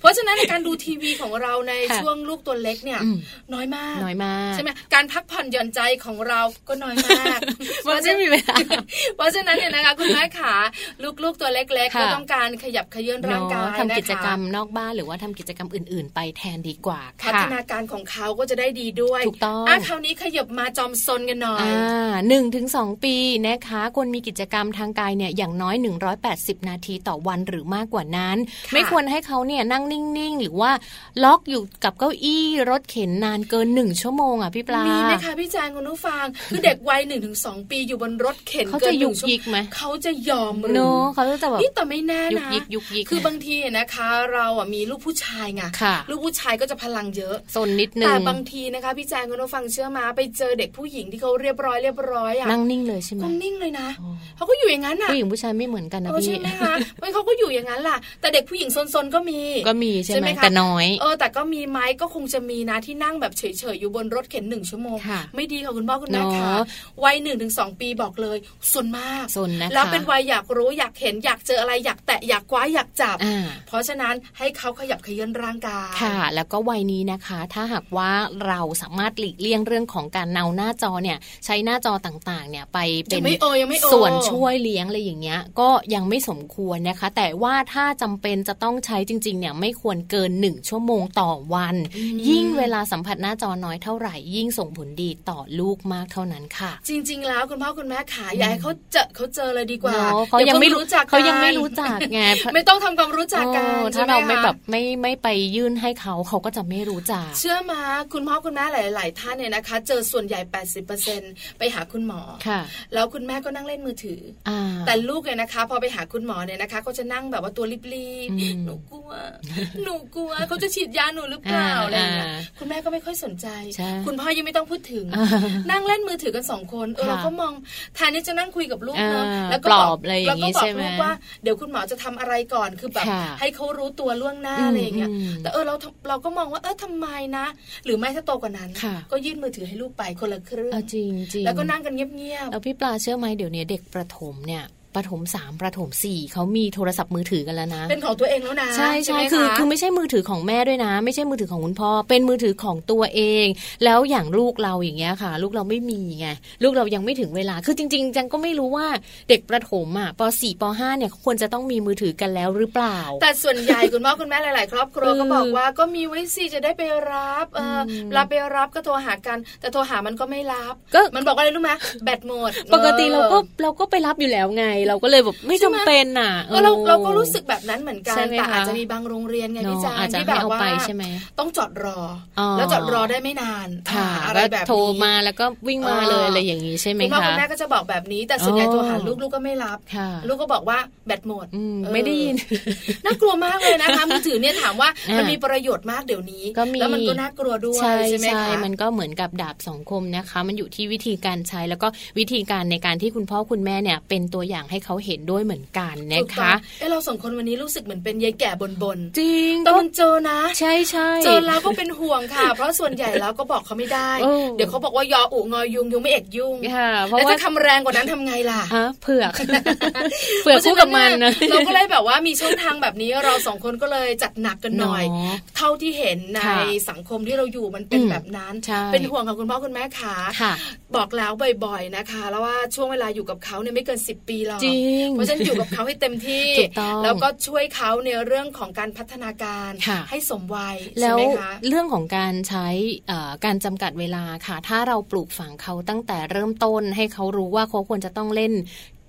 [SPEAKER 4] เพราะฉะนั้นในการดูทีวีของเราใน
[SPEAKER 3] ค่ะ
[SPEAKER 4] ช่วงลูกตัวเล็กเนี่ย
[SPEAKER 3] อืม
[SPEAKER 4] น้อยมาก
[SPEAKER 3] น้อยมาก
[SPEAKER 4] ใช่ไหมการพักผ่อนหย่อนใจของเราก็น้อยมากเพ
[SPEAKER 3] มัน
[SPEAKER 4] ราะฉะ
[SPEAKER 3] ไม่มีเวลา
[SPEAKER 4] เพราะฉะ นั้นเนี่ยนะคะคุณแม่ขาลูกๆตัวเล็กๆ
[SPEAKER 3] ค่ะ
[SPEAKER 4] ก็ต้องการขยับเขยื้อนร่างกาย
[SPEAKER 3] เนอะทำกิจ
[SPEAKER 4] นะคะ
[SPEAKER 3] กรรมนอกบ้านหรือว่าทำกิจกรรมอื่น ๆ ไปแทนดีกว่า
[SPEAKER 4] พั
[SPEAKER 3] ค่ะ
[SPEAKER 4] ฒนาการของเขาก็จะได้ดีด้วย
[SPEAKER 3] ถูกต้อง
[SPEAKER 4] อ่ะคราวนี้ขยับมาจอมซนกันหน่อย
[SPEAKER 3] อ่าหนึ่งถึงสองปีนะคะควรมีกิจกรรมทางกายเนี่ยอย่างน้อย 180 นาทีต่อวันหรือมากกว่านั้น
[SPEAKER 4] ค่ะ
[SPEAKER 3] ไม่ควรให้เขาเนี่ยนั่งนิ่ง ๆ หรือว่าล็อกอยู่กับเก้าอี้รถเข็นนานเกินหนึ่งชั่วโมงอ่ะพี่ปลา
[SPEAKER 4] มีไหมคะพี่แจงคุณผู้ฟัง คือเด็กวัยหนึ่งถึงสองปีอยู่บนรถเข็น
[SPEAKER 3] เขา
[SPEAKER 4] กิ
[SPEAKER 3] จะ
[SPEAKER 4] น
[SPEAKER 3] ยุก
[SPEAKER 4] ชั่วโมง
[SPEAKER 3] ยิกไหม
[SPEAKER 4] เขาจะยอมหรื
[SPEAKER 3] เนอะเขาจะแบบ
[SPEAKER 4] นี่แต่ไม่แน่
[SPEAKER 3] ยุก
[SPEAKER 4] นะ
[SPEAKER 3] ยิกยุกยิก
[SPEAKER 4] คือบางทีนะคะ เราอ่ะมีลูกผู้ชายไง
[SPEAKER 3] ค่ะ
[SPEAKER 4] ลูกผู้ชายก็จะพลังเยอะ
[SPEAKER 3] สนนิดนึ
[SPEAKER 4] แต่
[SPEAKER 3] ง
[SPEAKER 4] บางทีนะคะพี่แจงคุณผู้ฟังเชื่อมาไปเจอเด็กผู้หญิงที่เขาเรียบร้อยเรียบร้อยอ่ะ
[SPEAKER 3] นั่งนิ่งเลยใช่ไหม
[SPEAKER 4] เขานิ่งเลยนะเขาก็อยู่อย่างนั้นอ่ะ
[SPEAKER 3] ผู้หญิงผู้ชายไม่เหมือนกันนะ
[SPEAKER 4] เออ
[SPEAKER 3] พี่
[SPEAKER 4] ใช่ไหมคะไม่เขาก็อยู่อย่างนั้นล่ะ แต่เด็กผู้หญิงซนๆก็มี
[SPEAKER 3] ก็มีใช่ไหม
[SPEAKER 4] ใช่ไหมคะ
[SPEAKER 3] แต่น้อย
[SPEAKER 4] เออแต่ก็มีไหมก็คงจะมีนะที่นั่งแบบเฉยๆอยู่บนรถเข็นหนึ่งชั่วโมง
[SPEAKER 3] ค่ะ
[SPEAKER 4] ไม่ดีค่ะคุณพ่อคุณแม่
[SPEAKER 3] เนอะ
[SPEAKER 4] ค่ะวัยหนึ่งถึงสองปีบอกเลยซนมาก
[SPEAKER 3] ซนนะคะ
[SPEAKER 4] แล้วเป็นวัยอยากรู้อยากเห็นอยากเจออะไรอยากแตะอยากคว้าอยากจับ
[SPEAKER 3] อ่า
[SPEAKER 4] เพราะฉะนั้นให้เขาขยับเขยื้อนร่างกาย
[SPEAKER 3] ค่ะ แล้วก็วัยนี้นะคะ ถ้าหากว่าเราสามารถหลีกเลี่ยงเรื่องของการเนาหน้าจอเนี่ย ใช้หน้าจอต่างๆ เนี่ยไปเป็
[SPEAKER 4] ยั
[SPEAKER 3] น
[SPEAKER 4] งไม่โอยังไม่โอ
[SPEAKER 3] ส่วนช่วยเลี้ยงอะไรอย่างเงี้ย ก็ยังไม่สมควรนะคะ แต่ว่าถ้าจำเป็นจะต้องใช้จริง ๆ เนี่ยไม่ควรเกิน 1 ชั่วโมงต่อวัน ยิ่งเวลาสัมผัสหน้าจอน้อยเท่าไหร่ ยิ่งส่งผลดีต่อลูกมากเท่านั้นค่ะ
[SPEAKER 4] จริง ๆ แล้วคุณพ่อคุณแม่ขาอยากให้เขาเจอเขาเจอเลยดีกว่า
[SPEAKER 3] เนอะเขายังไม่รู้
[SPEAKER 4] จัก
[SPEAKER 3] เขายังไม่
[SPEAKER 4] น
[SPEAKER 3] รู้จักไง
[SPEAKER 4] ไม่ต้องทำความรู้จักกัน
[SPEAKER 3] เออ
[SPEAKER 4] ใช่
[SPEAKER 3] ถ้าเรา
[SPEAKER 4] ห
[SPEAKER 3] ไม่
[SPEAKER 4] คะ
[SPEAKER 3] แบบไม่ไม่ไปยื่นให้เขาเขาก็จะไม่รู้จัก
[SPEAKER 4] เชื่อมาคุณพ่อคุณแม่หลาย ๆ ท่านเนี่ยนะคะ เจอส่วนใหญ่ 80%ไปหาคุณหมอ
[SPEAKER 3] ค่ะ
[SPEAKER 4] แล้วคุณแม่ก็นั่งเล่นมือถืออ
[SPEAKER 3] อ่า
[SPEAKER 4] แต่ลูกเนี่ยนะคะ พอไปหาคุณหมอเนี่ยนะคะ ก็จะนั่งแบบว่าตัวรีบ
[SPEAKER 3] อืม
[SPEAKER 4] ๆหนูกลัว หนูกลัวเขาจะฉีดยาหนูหรือเปล่า
[SPEAKER 3] อ่า
[SPEAKER 4] อะไรอย่างเงี้ย
[SPEAKER 3] อ่า
[SPEAKER 4] คุณแม่ก็ไม่ค่อยสนใจ
[SPEAKER 3] ใช่
[SPEAKER 4] คุณพ่อยังไม่ต้องพูดถึง
[SPEAKER 3] อ่า
[SPEAKER 4] นั่งเล่นมือถือกันสองคนเออ
[SPEAKER 3] ค่ะ
[SPEAKER 4] เราก็มองแทนที่จะนั่งคุยกับลูกเนอะ
[SPEAKER 3] อ่า
[SPEAKER 4] แล้วก็บ
[SPEAKER 3] ปล
[SPEAKER 4] อ
[SPEAKER 3] อก บอะไรอ
[SPEAKER 4] แล้
[SPEAKER 3] ย่าว งงี้
[SPEAKER 4] ก็บอก
[SPEAKER 3] ใช่ไหม
[SPEAKER 4] ลูกว่าเดี๋ยวคุณหมอจะทำอะไรก่อนคือแบบ
[SPEAKER 3] ค่ะ
[SPEAKER 4] ให้เขารู้ตัวล่วงหน้าอะไรอย่างเงี้ย
[SPEAKER 3] ม
[SPEAKER 4] แต่เออเราทำเราก็มองว่าเออทำไมนะ หรือไม่ถ้าโตกว่านั้น
[SPEAKER 3] ค่ะ
[SPEAKER 4] ก็ยื่นมือถือให้ลูกไปคนละเครื่อง
[SPEAKER 3] เอาจริงจริง
[SPEAKER 4] แล้วก็นั่งกันเงียบ
[SPEAKER 3] แล้วพี่ปลาเชื่อไหมเดี๋ยวนี้เด็กประถมเนี่ยประถมสามประถมสี่เขามีโทรศัพท์มือถือกันแล้วนะ
[SPEAKER 4] ๆเป็นของตัวเองแล้วนะ
[SPEAKER 3] ใช่ใช่
[SPEAKER 4] ไหมะ
[SPEAKER 3] คือคือไม่ใช่มือถือของแม่ด้วยนะ ไม่ใช่มือถือของคุณพ่อเป็นมือถือของตัวเอง แล้วอย่างลูกเราอย่างเงี้ยค่ะ ลูกเราไม่มีไงลูกเรายังไม่ถึงเวลาคือจริง ๆ จังก็ไม่รู้ว่าเด็กประถมอ่ะป .4 ป .5 เนี่ยควรจะต้องมีมือถือกันแล้วหรือเปล่า
[SPEAKER 4] แต่ส่วนใหญ่ คุณพ่อคุณแม่หลาย ๆ ครอบครัวก็
[SPEAKER 3] เออ
[SPEAKER 4] บอกว่าก็มีไว้สิจะได้ไปรับเอออเวลาไปรับก็โทรหากัน แต่โทรหามันก็ไม่รับ
[SPEAKER 3] ก็
[SPEAKER 4] มันบอกว่าอะไรรู้ไหมแบตหมด
[SPEAKER 3] ปกติเราก็
[SPEAKER 4] ออ
[SPEAKER 3] เราก็ไปรับอยู่แล้วไง เราก็เลยแบบไม่
[SPEAKER 4] ใช่
[SPEAKER 3] จำ
[SPEAKER 4] ไหม
[SPEAKER 3] เป็นน่ะ
[SPEAKER 4] เออเรา
[SPEAKER 3] ออ
[SPEAKER 4] เราก็รู้สึกแบบนั้นเหมือนกัน
[SPEAKER 3] ใช่ไหม
[SPEAKER 4] แต่อาจ
[SPEAKER 3] คะ
[SPEAKER 4] จะมีบางโรงเรียนไง
[SPEAKER 3] เน
[SPEAKER 4] พี่
[SPEAKER 3] อะ
[SPEAKER 4] จาง
[SPEAKER 3] อาจจะ
[SPEAKER 4] ที่แบ
[SPEAKER 3] ให้
[SPEAKER 4] บ
[SPEAKER 3] เอา
[SPEAKER 4] ว่า
[SPEAKER 3] ไปใช่ไหม
[SPEAKER 4] ต้องจอดรออ
[SPEAKER 3] อ
[SPEAKER 4] แล้วจอดรอได้ไม่นาน
[SPEAKER 3] ค่ะ
[SPEAKER 4] อ่าอะไร
[SPEAKER 3] แล้ว
[SPEAKER 4] แบบนี้
[SPEAKER 3] โทรมาแล้วก็วิ่งมาเลยอะไรอย่างนี้ใช่ไหม
[SPEAKER 4] คุณพ่อ
[SPEAKER 3] คะ
[SPEAKER 4] คุณแม่ก็จะบอกแบบนี้ แต่ส่วนใหญ่
[SPEAKER 3] อ๋อ
[SPEAKER 4] ตัวหาลูกลูกก็ไม่รับ
[SPEAKER 3] ค่ะ
[SPEAKER 4] ลูกก็บอกว่าแบตหมด
[SPEAKER 3] อืม
[SPEAKER 4] เออ
[SPEAKER 3] ไม่ได้ยิน
[SPEAKER 4] น่ากลัวมากเลยนะคะ มือถือเนี่ยถามว่า
[SPEAKER 3] อ่ามั
[SPEAKER 4] มันมีประโยชน์มากเดี๋ยวนี้
[SPEAKER 3] ก็มี
[SPEAKER 4] แล้วมันก็น่ากลัวด้วย
[SPEAKER 3] ใช่
[SPEAKER 4] ใช่ไหม
[SPEAKER 3] ใช่
[SPEAKER 4] คะ
[SPEAKER 3] มันก็เหมือนกับดาบสองคมนะคะ มันอยู่ที่วิธีการใช้แล้วก็วิธีการในการที่คุณพ่อคุณแม่เนี่ย เป็นตัวอย่างให้เขาเห็นด้วยเหมือนกันนะ
[SPEAKER 4] ถูกต้อ
[SPEAKER 3] คะ
[SPEAKER 4] งเอ้เราสองคนวันนี้รู้สึกเหมือนเป็นยายแก่บน
[SPEAKER 3] จริง
[SPEAKER 4] ๆแต่
[SPEAKER 3] ก็
[SPEAKER 4] มันเจอนะ
[SPEAKER 3] ใช่ใช่
[SPEAKER 4] เจอแล้วก็เป็นห่วงค่ะ เพราะส่วนใหญ่แล้วก็บอกเขาไม่ได้
[SPEAKER 3] เออ
[SPEAKER 4] เดี๋ยวเขาบอกว่ายออุงอยุงยุงไม่เอกยุ่ง
[SPEAKER 3] ค่ะ เพราะ
[SPEAKER 4] แล้ว
[SPEAKER 3] ว่า
[SPEAKER 4] จะทำแรงกว่านั้นทำไงล่ะ
[SPEAKER 3] ฮะเผือก เผือกคู่กับมันนะ
[SPEAKER 4] เพราะฉะนั้นเนี่ยเราก็เลยแบบว่ามีช่องทางแบบนี้เราสองคนก็เลยจัดหนักกันหน่อย
[SPEAKER 3] เนาะ
[SPEAKER 4] เท่าที่เห็นใน
[SPEAKER 3] ค่ะ
[SPEAKER 4] สังคมที่เราอยู่มันเป็น
[SPEAKER 3] อืม
[SPEAKER 4] แบบนั้น
[SPEAKER 3] ใช่
[SPEAKER 4] เป็นห่วงกับคุณพ่อคุณแม่ขา
[SPEAKER 3] ค่ะ
[SPEAKER 4] บอกแล้วบ่อยๆนะคะ แล้วว่าช่วงเวลาอยู่กับเขาเนี่ยไม่เกิน 10 ปีหรอก
[SPEAKER 3] จริง
[SPEAKER 4] เพราะฉะนั้นอยู่กับเขาให้เต็มที่
[SPEAKER 3] ถูกต้อง
[SPEAKER 4] แล้วก็ช่วยเขาในเรื่องของการพัฒนาการ
[SPEAKER 3] ค่ะ
[SPEAKER 4] ให้สมวัย
[SPEAKER 3] แล้
[SPEAKER 4] ใช่
[SPEAKER 3] ว
[SPEAKER 4] ไหมคะ
[SPEAKER 3] เรื่องของการใช้เอ่อการจำกัดเวลาค่ะ ถ้าเราปลูกฝังเขาตั้งแต่เริ่มต้นให้เขารู้ว่าเขาควรจะต้องเล่น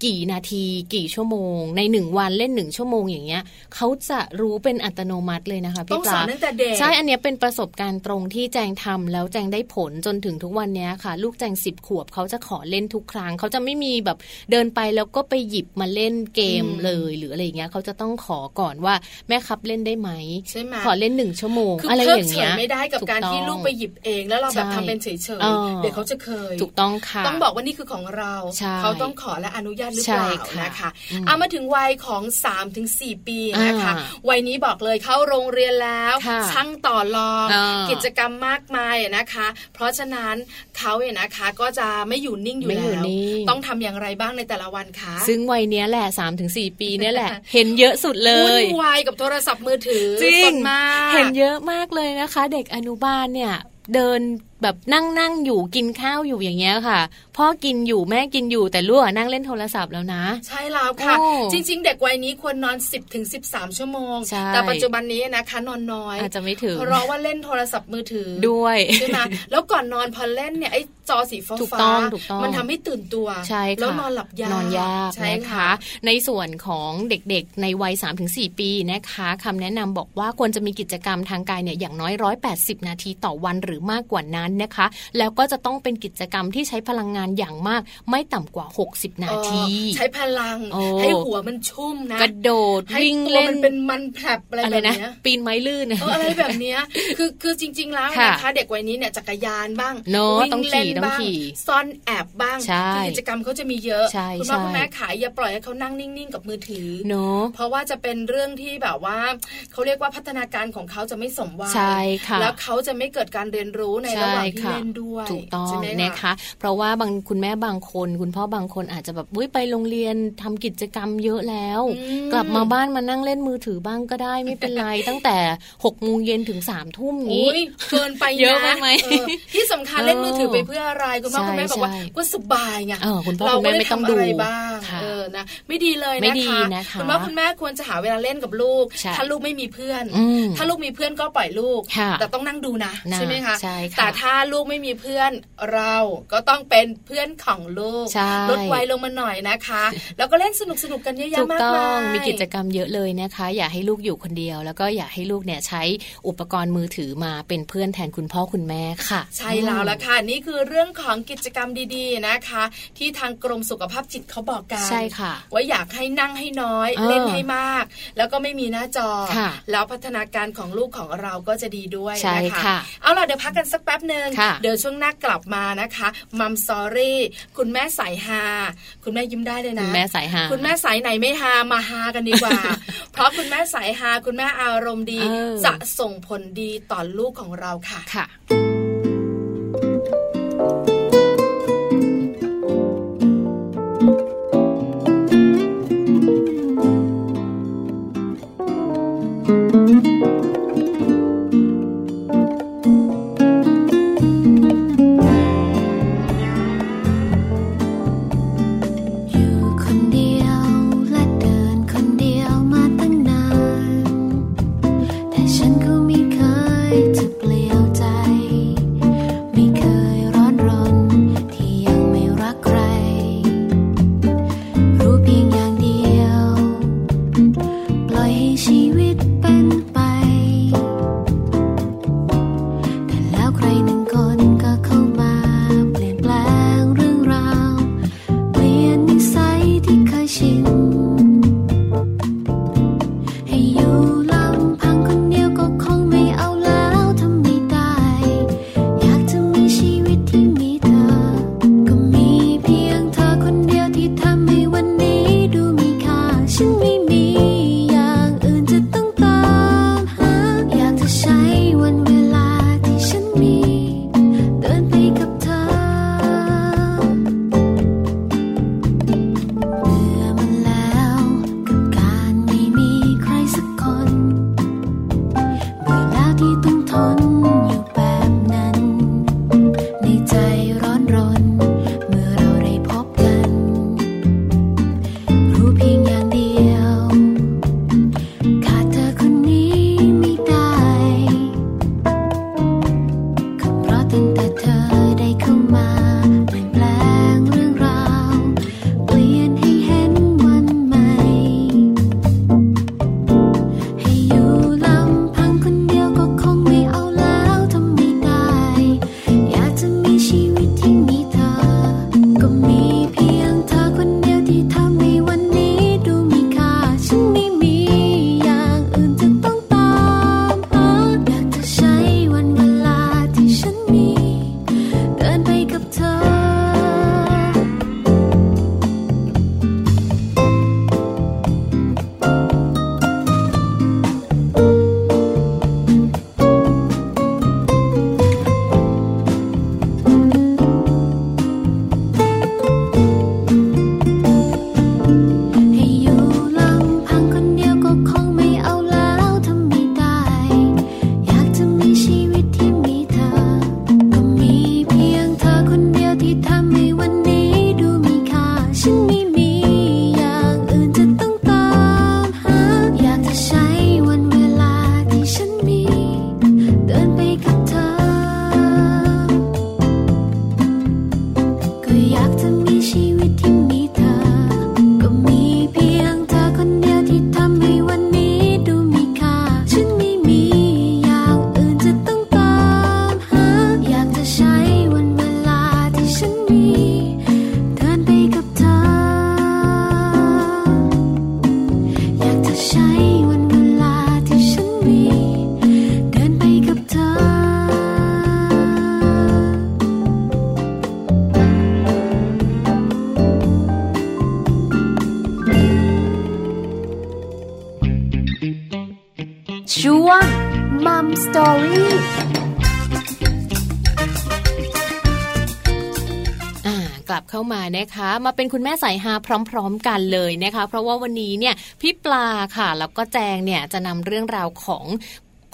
[SPEAKER 3] กี่นาที กี่ชั่วโมง ในหนึ่งวันเล่นหนึ่งชั่วโมงอย่างเงี้ยเขาจะรู้เป็นอัตโนมัติเลยนะคะ
[SPEAKER 4] ต้
[SPEAKER 3] พี่
[SPEAKER 4] อง
[SPEAKER 3] ป
[SPEAKER 4] สอ
[SPEAKER 3] ลาน
[SPEAKER 4] ตั้งแต่เด็ก
[SPEAKER 3] ใช่อันเนี้ยเป็นประสบการณ์ตรงที่แจงทำแล้วแจงได้ผลจนถึงทุกวันเนี้ยค่ะ ลูกแจงสิบขวบเขาจะขอเล่นทุกครั้งเขาจะไม่มีแบบเดินไปแล้วก็ไปหยิบมาเล่นเกม
[SPEAKER 4] อืม
[SPEAKER 3] เลยหรืออะไรอย่างเงี้ยเขาจะต้องขอก่อนว่าแม่ครับเล่นได้ไหม
[SPEAKER 4] ใช่ไหม
[SPEAKER 3] ขอเล่นหนึ่งชั่วโมง
[SPEAKER 4] คือ
[SPEAKER 3] อะไร
[SPEAKER 4] เพิ
[SPEAKER 3] อก ย่าง
[SPEAKER 4] เฉ
[SPEAKER 3] เงี้
[SPEAKER 4] ย
[SPEAKER 3] ย
[SPEAKER 4] ไม่ได้กับ
[SPEAKER 3] ถู
[SPEAKER 4] การที่
[SPEAKER 3] ต้อง
[SPEAKER 4] ลูกไปหยิบเองแล้วเราแบบ
[SPEAKER 3] ใช่
[SPEAKER 4] ทำเป็นเฉย
[SPEAKER 3] เออ
[SPEAKER 4] ๆเดี๋ยวเขาจะเคย
[SPEAKER 3] ถูกต้องค่ะ
[SPEAKER 4] ต้องบอกว่านี่คือของเรา
[SPEAKER 3] ใช่
[SPEAKER 4] เขาต้องขอและอนุญาตหรือเปล่า
[SPEAKER 3] ใช่ค่ะ
[SPEAKER 4] นะคะ
[SPEAKER 3] อืม
[SPEAKER 4] เอามาถึงวัยของ 3-4ถึงปีนะคะ
[SPEAKER 3] อ่า
[SPEAKER 4] วัยนี้บอกเลยเข้าโรงเรียนแล้ว
[SPEAKER 3] ค่ะ
[SPEAKER 4] ช่างต่อรอง
[SPEAKER 3] อ่า
[SPEAKER 4] กิจกรรมมากมายนะคะ เพราะฉะนั้นเขาเนี่ยนะคะก็จะไม่อยู่นิ่งอยู่
[SPEAKER 3] ไม่อยู่
[SPEAKER 4] แล้ว
[SPEAKER 3] นิ่ง
[SPEAKER 4] ต้องทำอย่างไรบ้างในแต่ละวันคะ
[SPEAKER 3] ซึ่งวัยเนี้ยแหละสามถึงสี่ปีเนี่ยแหละ เห็นเยอะสุดเล
[SPEAKER 4] วุ่
[SPEAKER 3] ย
[SPEAKER 4] นวายกับโทรศัพท์มือถือ
[SPEAKER 3] จริ
[SPEAKER 4] ส
[SPEAKER 3] ง
[SPEAKER 4] ดมาก
[SPEAKER 3] เห็นเยอะมากเลยนะคะ เด็กอนุบาลเนี่ย เดินแบบนั่งนั่งอยู่กินข้าวอยู่อย่างเงี้ยค่ะ พ่อกินอยู่แม่กินอยู่แต่ลูกอะนั่งเล่นโทรศัพท์แล้วนะ
[SPEAKER 4] ใช่แล้วค่ะ
[SPEAKER 3] โอ้
[SPEAKER 4] จริง ๆ เด็กวัยนี้ควรนอน 10-13 ชั่วโมง
[SPEAKER 3] ใช่
[SPEAKER 4] แต่ปัจจุบันนี้นะคะนอนน้อย
[SPEAKER 3] อาจจะไม่ถึง
[SPEAKER 4] เพราะว่าเล่นโทรศัพท์มือถือ
[SPEAKER 3] ด้วย
[SPEAKER 4] ใช่ไหมแล้วก่อนนอนพอเล่นเนี่ยไอ้จอสีฟ้าๆ
[SPEAKER 3] ถูกต้องถูกต้อง
[SPEAKER 4] มันทำให้ตื่นตัว
[SPEAKER 3] ใช่ค่ะ
[SPEAKER 4] แล้วนอนหลับยาก
[SPEAKER 3] นอนยาก
[SPEAKER 4] ใช่
[SPEAKER 3] นะคะ
[SPEAKER 4] ค่ะ
[SPEAKER 3] ในส่วนของเด็กๆ ในวัย 3-4 ปีนะคะคำแนะนำบอกว่าควรจะมีกิจกรรมทางกายเนี่ยอย่างน้อย 180 นาทีต่อวันหรือมากกว่านั้นนะคะ แล้วก็จะต้องเป็นกิจกรรมที่ใช้พลังงานอย่างมากไม่ต่ำกว่า 60 นาที
[SPEAKER 4] เออใช้พลัง
[SPEAKER 3] โอ้
[SPEAKER 4] ให้หัวมันชุ่มนะ
[SPEAKER 3] กระโดด
[SPEAKER 4] ให้
[SPEAKER 3] วิ่ง
[SPEAKER 4] ตัว
[SPEAKER 3] เล่
[SPEAKER 4] มันนเป็นมันแผลบอะไร
[SPEAKER 3] อะไร
[SPEAKER 4] แบบ
[SPEAKER 3] นะ
[SPEAKER 4] เนี้ย
[SPEAKER 3] ปีนไม้ลื่น
[SPEAKER 4] เอออะไรแบบเนี้ยคือคือจริง ๆ แล้ว
[SPEAKER 3] ค่ะ
[SPEAKER 4] นะคะเด็กวัยนี้เนี่ยจักรยานบ้าง
[SPEAKER 3] เนอะ
[SPEAKER 4] วิ่
[SPEAKER 3] ต้องขี่
[SPEAKER 4] เล่น
[SPEAKER 3] ต้อง
[SPEAKER 4] บ้าง
[SPEAKER 3] ขี่
[SPEAKER 4] ซ่อนแอบบ้าง
[SPEAKER 3] ใช่
[SPEAKER 4] คือกิจกรรมเขาจะมีเยอะ
[SPEAKER 3] ใช่
[SPEAKER 4] คุณพ่อ
[SPEAKER 3] ใช่
[SPEAKER 4] คุณแม่ขายอย่าปล่อยให้เขานั่งนิ่งๆกับมือถือ
[SPEAKER 3] เนาะ
[SPEAKER 4] เพราะว่าจะเป็นเรื่องที่แบบว่าเขาเรียกว่าพัฒนาการของเขาจะไม่สมวัย
[SPEAKER 3] ใช่ค่ะ
[SPEAKER 4] แล้วเขาจะไม่เกิดการเรียนรู้ในระหว่างที่เล่นด้วย
[SPEAKER 3] ถูกต้อง
[SPEAKER 4] ใช่ไหม
[SPEAKER 3] นะคะ เพราะว่าบาง คุณแม่บางคน คุณพ่อบางคนอาจจะแบบเว้ยไปโรงเรียนทำกิจกรรมเยอะแล้ว
[SPEAKER 4] อืม
[SPEAKER 3] กลับมาบ้านมานั่งเล่นมือถือบ้างก็ได้ไม่เป็นไร ตั้งแต่หกโมงเย็นถึงสามทุ่มนี้
[SPEAKER 4] อุ้ยเกินไปน
[SPEAKER 3] เยอะไปไหม
[SPEAKER 4] เออที่สำคัญเล่นมือถือไปเพื่ออะไรคุณพ่อ
[SPEAKER 3] ใช่
[SPEAKER 4] คุณแม่บอกว่า
[SPEAKER 3] ใช่
[SPEAKER 4] ก็สบายไง
[SPEAKER 3] เออคุณพ่อ
[SPEAKER 4] เรา
[SPEAKER 3] คุณ
[SPEAKER 4] ก็
[SPEAKER 3] แม่ไม่ต้องดู
[SPEAKER 4] ทำะรบ้าง
[SPEAKER 3] ค่ะ
[SPEAKER 4] เออนะไม่ดีเลย
[SPEAKER 3] ไม่
[SPEAKER 4] นะ
[SPEAKER 3] ดี
[SPEAKER 4] คะ
[SPEAKER 3] นะคะ
[SPEAKER 4] คุณพ่อคุณแม่ควรจะหาเวลาเล่นกับลูก
[SPEAKER 3] ใช่
[SPEAKER 4] ถ้าลูกไม่มีเพื่อน
[SPEAKER 3] อืม
[SPEAKER 4] ถ้าลูกมีเพื่อนก็ปล่อยลูก
[SPEAKER 3] ค่ะ
[SPEAKER 4] แต่ต้องนั่งดูนะ
[SPEAKER 3] นะ
[SPEAKER 4] ใช่ไหมคะ
[SPEAKER 3] ใช่ค่ะ
[SPEAKER 4] แต่ถ้าลูกไม่มีเพื่อนเราก็ต้องเป็นเพื่อนของลูก
[SPEAKER 3] ใช่
[SPEAKER 4] ลดไวยลงมาหน่อยนะคะ แล้วก็เล่นสนุกสนุกๆกันเยอะ
[SPEAKER 3] ถู
[SPEAKER 4] แยะ
[SPEAKER 3] ก
[SPEAKER 4] มาก
[SPEAKER 3] ต้อ
[SPEAKER 4] มาง ย
[SPEAKER 3] มีกิจกรรมเยอะเลยนะคะ อย่าให้ลูกอยู่คนเดียว แล้วก็อย่าให้ลูกเนี่ยใช้อุปกรณ์มือถือมาเป็นเพื่อนแทนคุณพ่อคุณแม่ค่ะ
[SPEAKER 4] ใช่แล้วละค่ะ นี่คือเรื่องของกิจกรรมดีๆนะคะ ที่ทางกรมสุขภาพจิตเขาบอกกัน
[SPEAKER 3] ใช่ค่ะ
[SPEAKER 4] ว่าอยากให้นั่งให้น้อย
[SPEAKER 3] เออ
[SPEAKER 4] เล่นให้มาก แล้วก็ไม่มีหน้าจอ
[SPEAKER 3] ค่ะ
[SPEAKER 4] แล้วพัฒนาการของลูกของเราก็จะดีด้วย
[SPEAKER 3] ใช่
[SPEAKER 4] นะ
[SPEAKER 3] ค่ะ
[SPEAKER 4] เอาล่ะเดี๋ยวพักกันสักแป๊บหนึ่ง
[SPEAKER 3] ค่ะ
[SPEAKER 4] เดี๋ยวช่วงหน้ากลับมานะคะมัมซอรี่คุณแม่สายฮาคุณแม่ยิ้มได้เลยนะ
[SPEAKER 3] คุณแม่สายฮา
[SPEAKER 4] คุณแม่สายไหนไม่ฮามาฮากันดี กว่า เพราะคุณแม่สายฮาคุณแม่อารมณ์ดี
[SPEAKER 3] เออ
[SPEAKER 4] จะส่งผลดีต่อลูกของเราค่ะ
[SPEAKER 3] ค่ะ
[SPEAKER 1] อยู่คนเดียวและเดินคนเดียวมาตั้งนาน แต่ฉันก็ไม่เคยจะเปลี่ยวใจ ไม่เคยร้อนรนที่ยังไม่รักใคร รู้เพียงอย่างเดียว ปล่อยให้ชีวิตเป็นไป แต่แล้วใครหนึ่งคนก็เข้ามาเปลี่ยนแปลงเรื่องราว เปลี่ยนนิสัยที่เคยชิน ให้อยู่ลำพังคนเดียวก็คงไม่เอาแล้วทำไม่ได้ อยากจะมีชีวิตที่มีเธอ ก็มีเพียงเธอคนเดียวที่ทำให้วันนี้ดูมีค่า ฉันไม่มีอย่างอื่นจะต้องตามหา อยากจะใช้วันเวลาที่ฉันมี เดินไปกับเธอ เบื่อมันแล้วกับการไม่มีใครสักคน เบื่อแล้วที่ต้องทนอยู่แบบนั้น ในใจร้อนรน เมื่อเราได้พบกัน รู้เพียงอย่างเดียว ขาดเธอคนนี้ไม่ได้ ก็เพราะตั้งแต่เธอได้เข้ามาเปลี่ยนแปลงเรื่องราว เปลี่ยนให้เห็นวันใหม่ ให้อยู่ลำพังคนเดียวก็คงไม่เอาแล้วทำไม่ได้ อยากจะมีชีวิตที่มีเธอ ก็มีเพียงเธอคนเดียวที่ทำให้วันนี้ดูมีค่า ฉันไม่มีอย่างอื่นจะต้องตามหาอยากจะใช้วันเวลาที่ฉันมี เดินไปกับเธอ ให้อยู่ลำพังคนเดียวก็คงไม่เอาแล้วทำไม่ได้ อยากจะมีชีวิตที่มีเธอ ก็มีเพียงเธอคนเดียวที่ทำให้วันนี้ดูมีค่า ฉันไม่มีอย่างอื่นจะต้องตามหา อยากจะใช้วันเวลาที่ฉันมี เดินไปกับเธอ ก็อยากจะมีชีวิตที่มีเธอ ก็มีเพียงเธอคนเดียวที่ทำให้วันนี้ดูมีค่า ฉันไม่มีอย่างอื่นจะต้องตามหา อยากจะใช้วันเวลาที่ฉันมี เดินไปกับเธอ อยากจะใช้วันเวลาที่ฉันมี เดินไปกับเธอ ช่วงมัมสตอรี่
[SPEAKER 3] อ่าก ลับเข้ามานะคะ มาเป็นคุณแม่สายฮาพร้อม ๆ กันเลยนะคะ เพราะว่าวันนี้เนี่ยพี่ปลาค่ะแล้วก็แจงเนี่ยจะนำเรื่องราวของ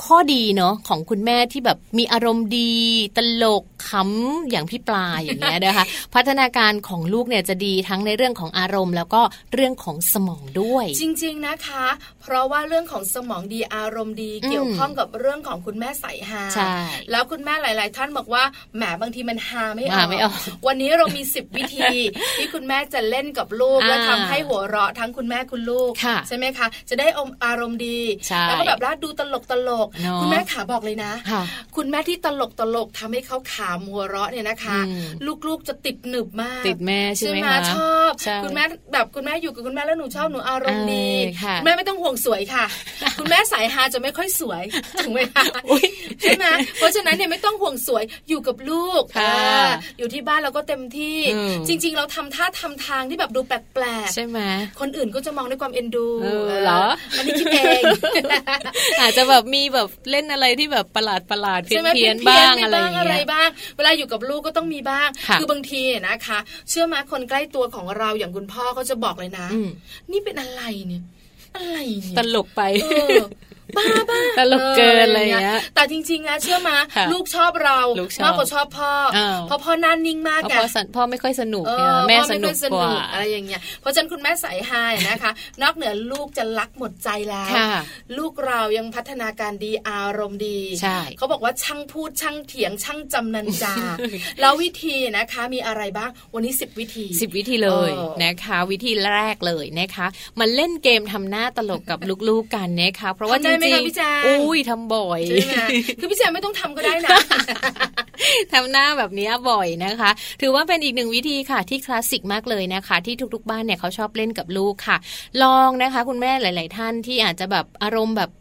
[SPEAKER 3] ข้อดีเนาะของคุณแม่ที่แบบมีอารมณ์ดี ตลกขำอย่างพี่ปลาอย่างเงี้ยนะคะ พัฒนาการของลูกเนี่ยจะดีทั้งในเรื่องของอารมณ์ แล้วก็เรื่องของสมองด้วย
[SPEAKER 4] จริงๆนะคะ เพราะว่าเรื่องของสมองดีอารมณ์ดี
[SPEAKER 3] อืม
[SPEAKER 4] เกี่ยวข้องกับเรื่องของคุณแม่สายฮา
[SPEAKER 3] ใช่
[SPEAKER 4] แล้วคุณแม่หลาย ๆ ท่านบอกว่าแหมบางทีมันฮาไม่ออ
[SPEAKER 3] หาก ไม่ออก
[SPEAKER 4] วันนี้เรามี 10 วิธี ที่คุณแม่จะเล่นกับ ลูก
[SPEAKER 3] อ่า
[SPEAKER 4] และทำให้หัวเราะทั้งคุณแม่คุณลูก
[SPEAKER 3] ค่ะ
[SPEAKER 4] ใช่ไหมคะ จะได้อมอารมณ์ดี
[SPEAKER 3] ใช่
[SPEAKER 4] แล้วก็แบบว่าดูตลกตลกๆ
[SPEAKER 3] เนอะ
[SPEAKER 4] คุณแม่ขาบอกเลยนะ
[SPEAKER 3] ค่ะ
[SPEAKER 4] คุณแม่ที่ตลกตลกๆทำให้เขาขำหัวเราะเนี่ยนะคะ
[SPEAKER 3] อืม
[SPEAKER 4] ลูกๆจะติดหนึบมาก
[SPEAKER 3] ติดแม่ใช่
[SPEAKER 4] ใช่
[SPEAKER 3] ไห
[SPEAKER 4] ไห
[SPEAKER 3] ม
[SPEAKER 4] ม
[SPEAKER 3] คะ
[SPEAKER 4] ชอบ
[SPEAKER 3] ใช่
[SPEAKER 4] คุณแม่แบบคุณแม่อยู่กับคุณแม่แล้วหนูชอบหนูอารมณ์ดี
[SPEAKER 3] เออค่ะ
[SPEAKER 4] ณแม่ไม่ต้องห่วงสวยค่ะ คุณแม่สายฮาจะไม่ค่อยสวย ถูกไหมคะ
[SPEAKER 3] อุ๊ย
[SPEAKER 4] ใช่ไหมเพราะฉะนั้นเนี่ยไม่ต้องห่วงสวยอยู่กับลูก
[SPEAKER 3] ค่ะ
[SPEAKER 4] เอออยู่ที่บ้านเราก็เต็มที่
[SPEAKER 3] อืม
[SPEAKER 4] จริง ๆ เราทำท่าทำทางที่แบบดูแปลก
[SPEAKER 3] ใช่ไหม
[SPEAKER 4] ๆคนอื่นก็จะมองด้วยความเอ็นดู
[SPEAKER 3] เออเหรอ
[SPEAKER 4] อันนี้คิดเอง
[SPEAKER 3] อาจจะแบบมีแบบเล่นอะไรที่แบบประหลาดประหลาดๆเพี้ยน
[SPEAKER 4] ใช่ไหม
[SPEAKER 3] เพี้ยน
[SPEAKER 4] พี้
[SPEAKER 3] บ้าง
[SPEAKER 4] ๆ
[SPEAKER 3] อะไรอย่าง
[SPEAKER 4] มีบ้างอะไร
[SPEAKER 3] เงี้ย
[SPEAKER 4] บ้าง เวลาอยู่กับลูกก็ต้องมีบ้าง
[SPEAKER 3] ค่ะ
[SPEAKER 4] อบางทีเนี่ยนะคะ เชื่อไหมาคนใกล้ตัวของเราอย่างคุณพ่อเขาจะบอกเลยนะ
[SPEAKER 3] อืม
[SPEAKER 4] นี่เป็นอะไรเนี่ย อะไรเนี่ย
[SPEAKER 3] ตลกไป
[SPEAKER 4] เออบ้าบ้า
[SPEAKER 3] ตลกเกินอะไรอย่างเงี้ย
[SPEAKER 4] แต่จริงๆนะเชื่อมา
[SPEAKER 3] ค่ะ
[SPEAKER 4] ลูกชอบเรา
[SPEAKER 3] ลูกชอบ
[SPEAKER 4] มากกว่าชอบพ่อ
[SPEAKER 3] เออ
[SPEAKER 4] เพราะพ่อหนั่นนิ่งมาก
[SPEAKER 3] เพราะ
[SPEAKER 4] ไง
[SPEAKER 3] พ่อสันพ่อไม่ค่อยสนุก
[SPEAKER 4] เอ
[SPEAKER 3] ไง
[SPEAKER 4] อ
[SPEAKER 3] แม่
[SPEAKER 4] พ่อ
[SPEAKER 3] ส
[SPEAKER 4] ไค่
[SPEAKER 3] นุ
[SPEAKER 4] อก ย
[SPEAKER 3] กว่า
[SPEAKER 4] อะไรอย่างเงี้ยเพราะฉะนั้นคุณแม่สายฮายนะคะ นอกเหนือลูกจะรักหมดใจแล้ว
[SPEAKER 3] ค่ะ
[SPEAKER 4] ลูกเรายังพัฒนาการดีอารมณ์ดี
[SPEAKER 3] ใช่
[SPEAKER 4] เขาบอกว่าช่างพูดช่างเถียงช่างจำนัน จา แล้ววิธีนะคะมีอะไรบ้างวันนี้ 10 วิธี
[SPEAKER 3] สิบวิธีเลย
[SPEAKER 4] เออ
[SPEAKER 3] นะคะ วิธีแรกเลยนะคะมันเล่นเกมทำหน้าตลกกับลูกๆกันนะคะเพราะว่าจ
[SPEAKER 4] ทำได้ไหม
[SPEAKER 3] ริง
[SPEAKER 4] คะพี่แจง
[SPEAKER 3] ๆอุ้ยทำบ่อย
[SPEAKER 4] ใช่ไหมคือพี่แจมไม่ต้องทำก็ได้นะ
[SPEAKER 3] ทำหน้าแบบนี้บ่อยนะคะ ถือว่าเป็นอีกหนึ่งวิธีค่ะที่คลาสสิกมากเลยนะคะ ที่ทุกๆ บ้านเนี่ยเขาชอบเล่นกับลูกค่ะ ลองนะคะ คุณแม่หลาย ๆ ท่านที่อาจจะแบบอารมณ์แบบ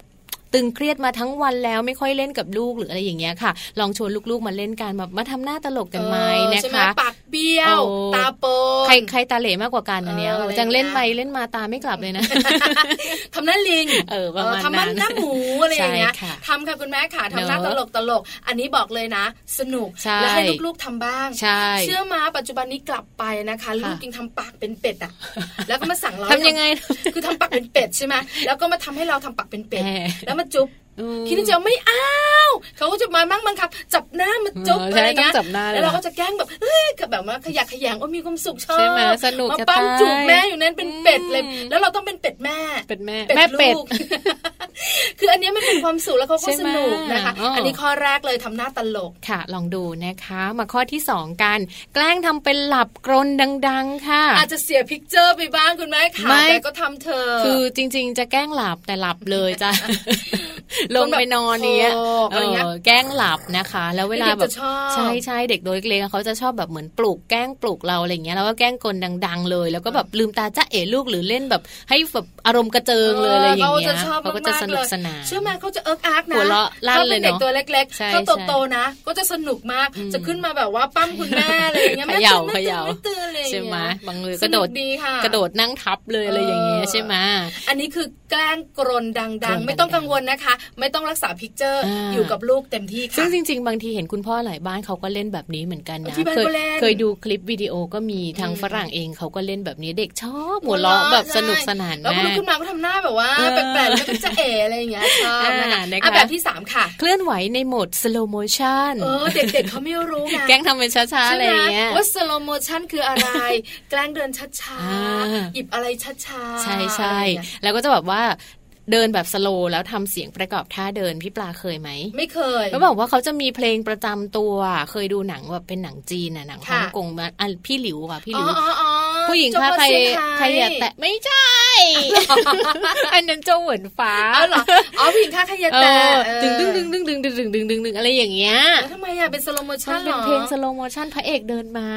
[SPEAKER 3] ตึงเครียดมาทั้งวันแล้วไม่ค่อยเล่นกับลูกหรืออะไรอย่างเงี้ยค่ะ ลองชวนลูกๆมาเล่นกันแบบมาทำหน้าตลกกันไหมนะ
[SPEAKER 4] ใช่ไหม
[SPEAKER 3] คะ
[SPEAKER 4] ปากเบี้ยว
[SPEAKER 3] โอ้
[SPEAKER 4] ตาโปน
[SPEAKER 3] ใครใครตาเหล่มากกว่ากันอันเนี้ย
[SPEAKER 4] เออ
[SPEAKER 3] โอ้จังเล่นไปเล่นมาตาไม่กลับ เลยนะ
[SPEAKER 4] ทำหน้าลิง
[SPEAKER 3] เออประมาณ
[SPEAKER 4] ทำหน้า
[SPEAKER 3] นั้น
[SPEAKER 4] หน้าหมูอะไรอย่างเงี้ย
[SPEAKER 3] ใช่ค่ะ
[SPEAKER 4] ทำค่ะคุณแม่ค่ะทำหน้า
[SPEAKER 3] เน
[SPEAKER 4] ต
[SPEAKER 3] อะ
[SPEAKER 4] ลกตลกๆอันนี้บอกเลยนะ สนุก
[SPEAKER 3] ใช่
[SPEAKER 4] และให้ลูกๆทำบ้าง
[SPEAKER 3] ใช่
[SPEAKER 4] เชื่อมาปัจจุบันนี้กลับไปนะคะ
[SPEAKER 3] ค่ะ
[SPEAKER 4] ลูกยังทำปากเป็นเป็ดอ่ะ แล้วก็มาสั่งเรา
[SPEAKER 3] ทำยังไง
[SPEAKER 4] คือทำปากเป็นเป็ดใช่ไหมแล้วก็มาทำให้เราทำปากเป็นเป็ด
[SPEAKER 3] แหม่
[SPEAKER 4] แล้วมาจุ๊บ
[SPEAKER 3] อืม
[SPEAKER 4] คิดในใจว่าไม่เอาเขาก็จะมามั่งบังคับ จับหน้ามาจุ๊บ
[SPEAKER 3] เออ
[SPEAKER 4] อะ
[SPEAKER 3] ใช่
[SPEAKER 4] ไรเงี้ย
[SPEAKER 3] ต้องจับหน้าเลย
[SPEAKER 4] แล้วเราก็จะแกล้งแบบเอ้ยกับแบบว่าขยักขยงโอ้มีความสุขชอบ
[SPEAKER 3] ใช่ไหมสนุก
[SPEAKER 4] มา
[SPEAKER 3] จะ
[SPEAKER 4] ปั้
[SPEAKER 3] ตา
[SPEAKER 4] ม
[SPEAKER 3] ย
[SPEAKER 4] จูบแม่อยู่นั้นเป็นเป็ดเลย
[SPEAKER 3] อืม
[SPEAKER 4] แล้วเราต้องเป็นเป็ดแม่
[SPEAKER 3] เป็ดแม่
[SPEAKER 4] เป็ด
[SPEAKER 3] แม่เป็ด
[SPEAKER 4] ลูก คืออันเนี้ยมันเป็นความสุขแล้วเขาก็
[SPEAKER 3] ใช่ไหม
[SPEAKER 4] สนุกนะคะ
[SPEAKER 3] อ๋ออั
[SPEAKER 4] อันนี้ข้อแรกเลยทำหน้าตลก
[SPEAKER 3] ค่ะ ลองดูนะคะ มาข้อที่ 2 กัน แกล้งทำเป็นหลับกรนดัง ๆ ค่ะ
[SPEAKER 4] อาจจะเสียพิกเจอร์ไปบ้างคุณแม่ค่ะ
[SPEAKER 3] ไม่
[SPEAKER 4] แต่ก็ทำเธอ
[SPEAKER 3] คือจริง ๆ จะแกล้งหลับแต่หลับเลยจ้ะ
[SPEAKER 4] คน
[SPEAKER 3] ล
[SPEAKER 4] แบบ
[SPEAKER 3] งไปนอนอย่างเนี้ย
[SPEAKER 4] โอ้
[SPEAKER 3] เอ
[SPEAKER 4] อะไรเงี้ย
[SPEAKER 3] อแกล้งหลับนะคะ แล้วเวลาแบบ
[SPEAKER 4] เด็กจะชอบ
[SPEAKER 3] ใช่ใช่เด็กโดยเล็กๆเขาจะชอบแบบเหมือนปลุกแกล้งปลุกเราอะไรอย่างเงี้ยแล้วก็แกล้งกลดัง ๆ เลย แล้วก็แบบลืมตาจ้าเอ๋ลูกหรือเล่นแบบให้แบบอารมณ์กระเจิงเลยอะไรอย่างเงี้ย
[SPEAKER 4] ขจะชอบ
[SPEAKER 3] เขาก็จะ
[SPEAKER 4] มๆ
[SPEAKER 3] สนุกสนาน
[SPEAKER 4] เชื่อไหมเขาจะเอิ๊กอาร์กนะ
[SPEAKER 3] หัวเราะลั่น
[SPEAKER 4] ถ้าป็
[SPEAKER 3] เลยเนอะ
[SPEAKER 4] เด็กตัวเล็ก
[SPEAKER 3] ใช่
[SPEAKER 4] ๆถ้าโตๆนะ ก็จะสนุกมาก จะขึ้นมาแบบว่าปั้มคุณแม่อะไรอย่างเงี้ย
[SPEAKER 3] เข
[SPEAKER 4] แม่
[SPEAKER 3] ย่า
[SPEAKER 4] ตื่นไม่
[SPEAKER 3] เข
[SPEAKER 4] ตื่
[SPEAKER 3] ย่า
[SPEAKER 4] นไม่ตื่นอะไรอย่าง
[SPEAKER 3] ใช่ไหม
[SPEAKER 4] เงี้ย
[SPEAKER 3] บางมือ
[SPEAKER 4] ส
[SPEAKER 3] กระโด
[SPEAKER 4] นุ
[SPEAKER 3] ด
[SPEAKER 4] กดีค่ะ
[SPEAKER 3] กระโดดนั่งทับเลยอะไรอย่างเงี้ย
[SPEAKER 4] เออ
[SPEAKER 3] ใช่ไหม
[SPEAKER 4] อันนี้คือแกล้งกรน
[SPEAKER 3] กร
[SPEAKER 4] ดั
[SPEAKER 3] น
[SPEAKER 4] ง
[SPEAKER 3] ดัง
[SPEAKER 4] ๆ ไม่ต้องกังวลนะคะ ไม่ต้องรักษาพิกเจอร์
[SPEAKER 3] อ่า
[SPEAKER 4] อยู่กับลูกเต็มที่
[SPEAKER 3] ซึ่
[SPEAKER 4] ค่ะ
[SPEAKER 3] งจริง ๆ บางทีเห็นคุณพ่อหลายบ้านเขาก็เล่นแบบนี้เหมือนกันนะ
[SPEAKER 4] ที่บ้าน
[SPEAKER 3] เคย
[SPEAKER 4] ก็เล่น
[SPEAKER 3] เคยดูคลิปวิดีโอก็มีทาง
[SPEAKER 4] อืม
[SPEAKER 3] ฝรั่งเองเขาก็เล่นแบบนี้เด็กชอบหัวเราะแบบสนุกสนาน
[SPEAKER 4] แล้วก็
[SPEAKER 3] มา
[SPEAKER 4] ลุก
[SPEAKER 3] ก
[SPEAKER 4] ขึ้นมาก็ทำหน้าแบบว่า
[SPEAKER 3] เออ
[SPEAKER 4] แปลกๆแล้วก็จะเอ๋อะไรอย่างเงี้ยชอบนะ
[SPEAKER 3] อ่า
[SPEAKER 4] คะ
[SPEAKER 3] นะคะ
[SPEAKER 4] อ่ะแบบที่สามค่ะ
[SPEAKER 3] เคลื่อนไหวในโหมดสโลโมชัน
[SPEAKER 4] เออ เด็กๆเขาไม่รู้ไง
[SPEAKER 3] แกล้งทำเป็นช้าๆ อะไรอย่างเงี้ย
[SPEAKER 4] ว่าสโลโมชันคือ อะไร แกล้งเดินช้า
[SPEAKER 3] อ่า
[SPEAKER 4] ๆ หยิบอะไรช้าๆ
[SPEAKER 3] ใช่ใช่
[SPEAKER 4] อะไรอย่างเงี้ย
[SPEAKER 3] แล้วก็จะแบบว่าเดินแบบสโลว์แล้วทำเสียงประกอบท่าเดินพี่ปลาเคยไหม
[SPEAKER 4] ไม่เคย
[SPEAKER 3] ก็บอกว่าเขาจะมีเพลงประจำตัว เคยดูหนังแบบเป็นหนังจีนน่ะหนังฮ่
[SPEAKER 4] ค่ะ
[SPEAKER 3] องกงมาอันพี่หลิวอ่ะพี่ห
[SPEAKER 4] อ๋
[SPEAKER 3] ลิ
[SPEAKER 4] อ
[SPEAKER 3] ว
[SPEAKER 4] อ๋ออ๋อ
[SPEAKER 3] ผู้หญิงถ้า
[SPEAKER 4] เจ้า
[SPEAKER 3] ใคร
[SPEAKER 4] พ่อเซี่ยงไฮ้
[SPEAKER 3] ใครอย่าแตะไม่ใช่ อันนั้นเจ้าเหวินฟ้า
[SPEAKER 4] เอาเหรออ๋อผู้หญิงถ้าใครอย่า
[SPEAKER 3] เอ
[SPEAKER 4] แตะ
[SPEAKER 3] อ
[SPEAKER 4] เออ
[SPEAKER 3] ดึงดึงดึงดึงดึงดึงดึงดึงดึงดึงอะไรอย่างเงี้ย
[SPEAKER 4] แล้วทำไมอ่ะเป็นสโลโมชั
[SPEAKER 3] มัน น
[SPEAKER 4] เหร
[SPEAKER 3] เป็น
[SPEAKER 4] อ
[SPEAKER 3] เพลงสโลโมชันพระเอกเดินมา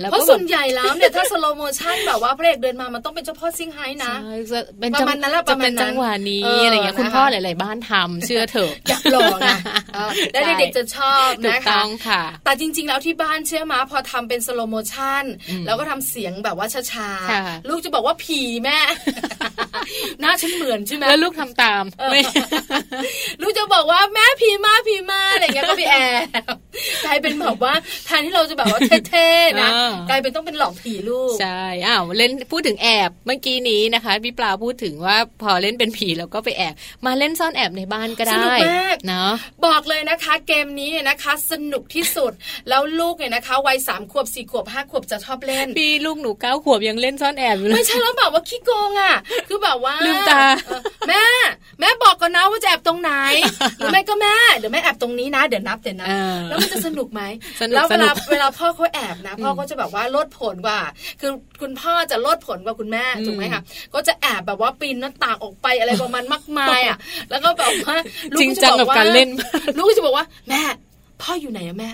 [SPEAKER 3] แล้ว
[SPEAKER 4] เพ
[SPEAKER 3] ก็
[SPEAKER 4] ราะ
[SPEAKER 3] แบ
[SPEAKER 4] ส่
[SPEAKER 3] บ
[SPEAKER 4] วนใหญ่แล้วเนี่ยถ้าสโลโมชันแบบว่าพระเอกเดินมามันต้องเป็นเจ้าพ่อเซี่ยงไฮ้นะ
[SPEAKER 3] ใช่จะเป็น
[SPEAKER 4] ประมาณนั้นละป
[SPEAKER 3] จะ
[SPEAKER 4] ระมาณนั้น
[SPEAKER 3] เป็นจังหวะนี้
[SPEAKER 4] เอออ
[SPEAKER 3] อะไรอย่างเงี้ย
[SPEAKER 4] นะคะ
[SPEAKER 3] คุณพ่อหลาย ๆ บ้านทำเชื่อเถอะ
[SPEAKER 4] อยากลองนะเออแล้วเด็กๆจะชอบ
[SPEAKER 3] ถูก
[SPEAKER 4] นะ
[SPEAKER 3] ต้
[SPEAKER 4] คะ
[SPEAKER 3] องค่ะ
[SPEAKER 4] แต่จริง ๆ แล้วที่บ้านเชื่อมาพอทำเป็นสโลโมชัน
[SPEAKER 3] อืม
[SPEAKER 4] แล้วก็ทำเสียงแบบว่าช้า
[SPEAKER 3] ค่ะ
[SPEAKER 4] ๆลูกจะบอกว่าผีแม่ หน้าฉันเหมือนใช่ไหม
[SPEAKER 3] แล้วลูกทำตาม
[SPEAKER 4] เออ
[SPEAKER 3] ไม่
[SPEAKER 4] ลูกจะบอกว่าแม่ผีมาผีมาอะไรอย่างเงี้ยก็ไปแอบกลายเป็นแบบว่าแทนที่เราจะแบบว่าเท่ๆนะ
[SPEAKER 3] อ่าก
[SPEAKER 4] กลายเป็นต้องเป็นหลอกผีลูก
[SPEAKER 3] ใช่อ้าวเล่นพูดถึงแอบเมื่อกี้นี้นะคะพี่ปลาพูดถึงว่าพอเล่นเป็นผีแล้วก็ไปแอบ มาเล่นซ่อนแอบในบ้านก็
[SPEAKER 4] สนุ
[SPEAKER 3] ได้
[SPEAKER 4] กมาก
[SPEAKER 3] เนาะ
[SPEAKER 4] บอกเลยนะคะ เกมนี้เนี่ยนะคะ สนุกที่สุด แล้วลูกเนี่ยนะคะวัยสามขวบสี่ขวบห้าขวบจะชอบเล่น
[SPEAKER 3] พี่ลูกหนูเก้าขวบยังเล่นซ่อนแอบอยู่เล
[SPEAKER 4] ไม่
[SPEAKER 3] ย
[SPEAKER 4] ใช่แล้วแบบว่าขี้โกงอ่ะ คือแบบว่า
[SPEAKER 3] ลืมตา
[SPEAKER 4] เออแม่ แม่บอกก่อนนะว่าจะแอบตรงไหน หรือไม่ก็แม่เดี๋ยวแม่แอบตรงนี้นะ เดี๋ยวนับเดี๋ยวนับ
[SPEAKER 3] อ่า
[SPEAKER 4] แล้วมันจะสนุกไหม
[SPEAKER 3] สนุก
[SPEAKER 4] แล้วเวลา
[SPEAKER 3] สนุก
[SPEAKER 4] เวลาพ่อเขาแอบนะ พ่อก็จะแบบว่าลดผลกว่า คือคุณพ่อจะลดผลกว่าคุณแม่
[SPEAKER 3] อืม
[SPEAKER 4] ถูกไหมคะ ก็จะแอบแบบว่าปีนหน้าต่างออกไปอะไรประมาณมากมายอ่ะ แล้วก็แบบว่าลู
[SPEAKER 3] จริงจังกับการเล่นมาก
[SPEAKER 4] ลูกก็จะบอกว่าแม่ พ่ออยู่ไหนอะแม่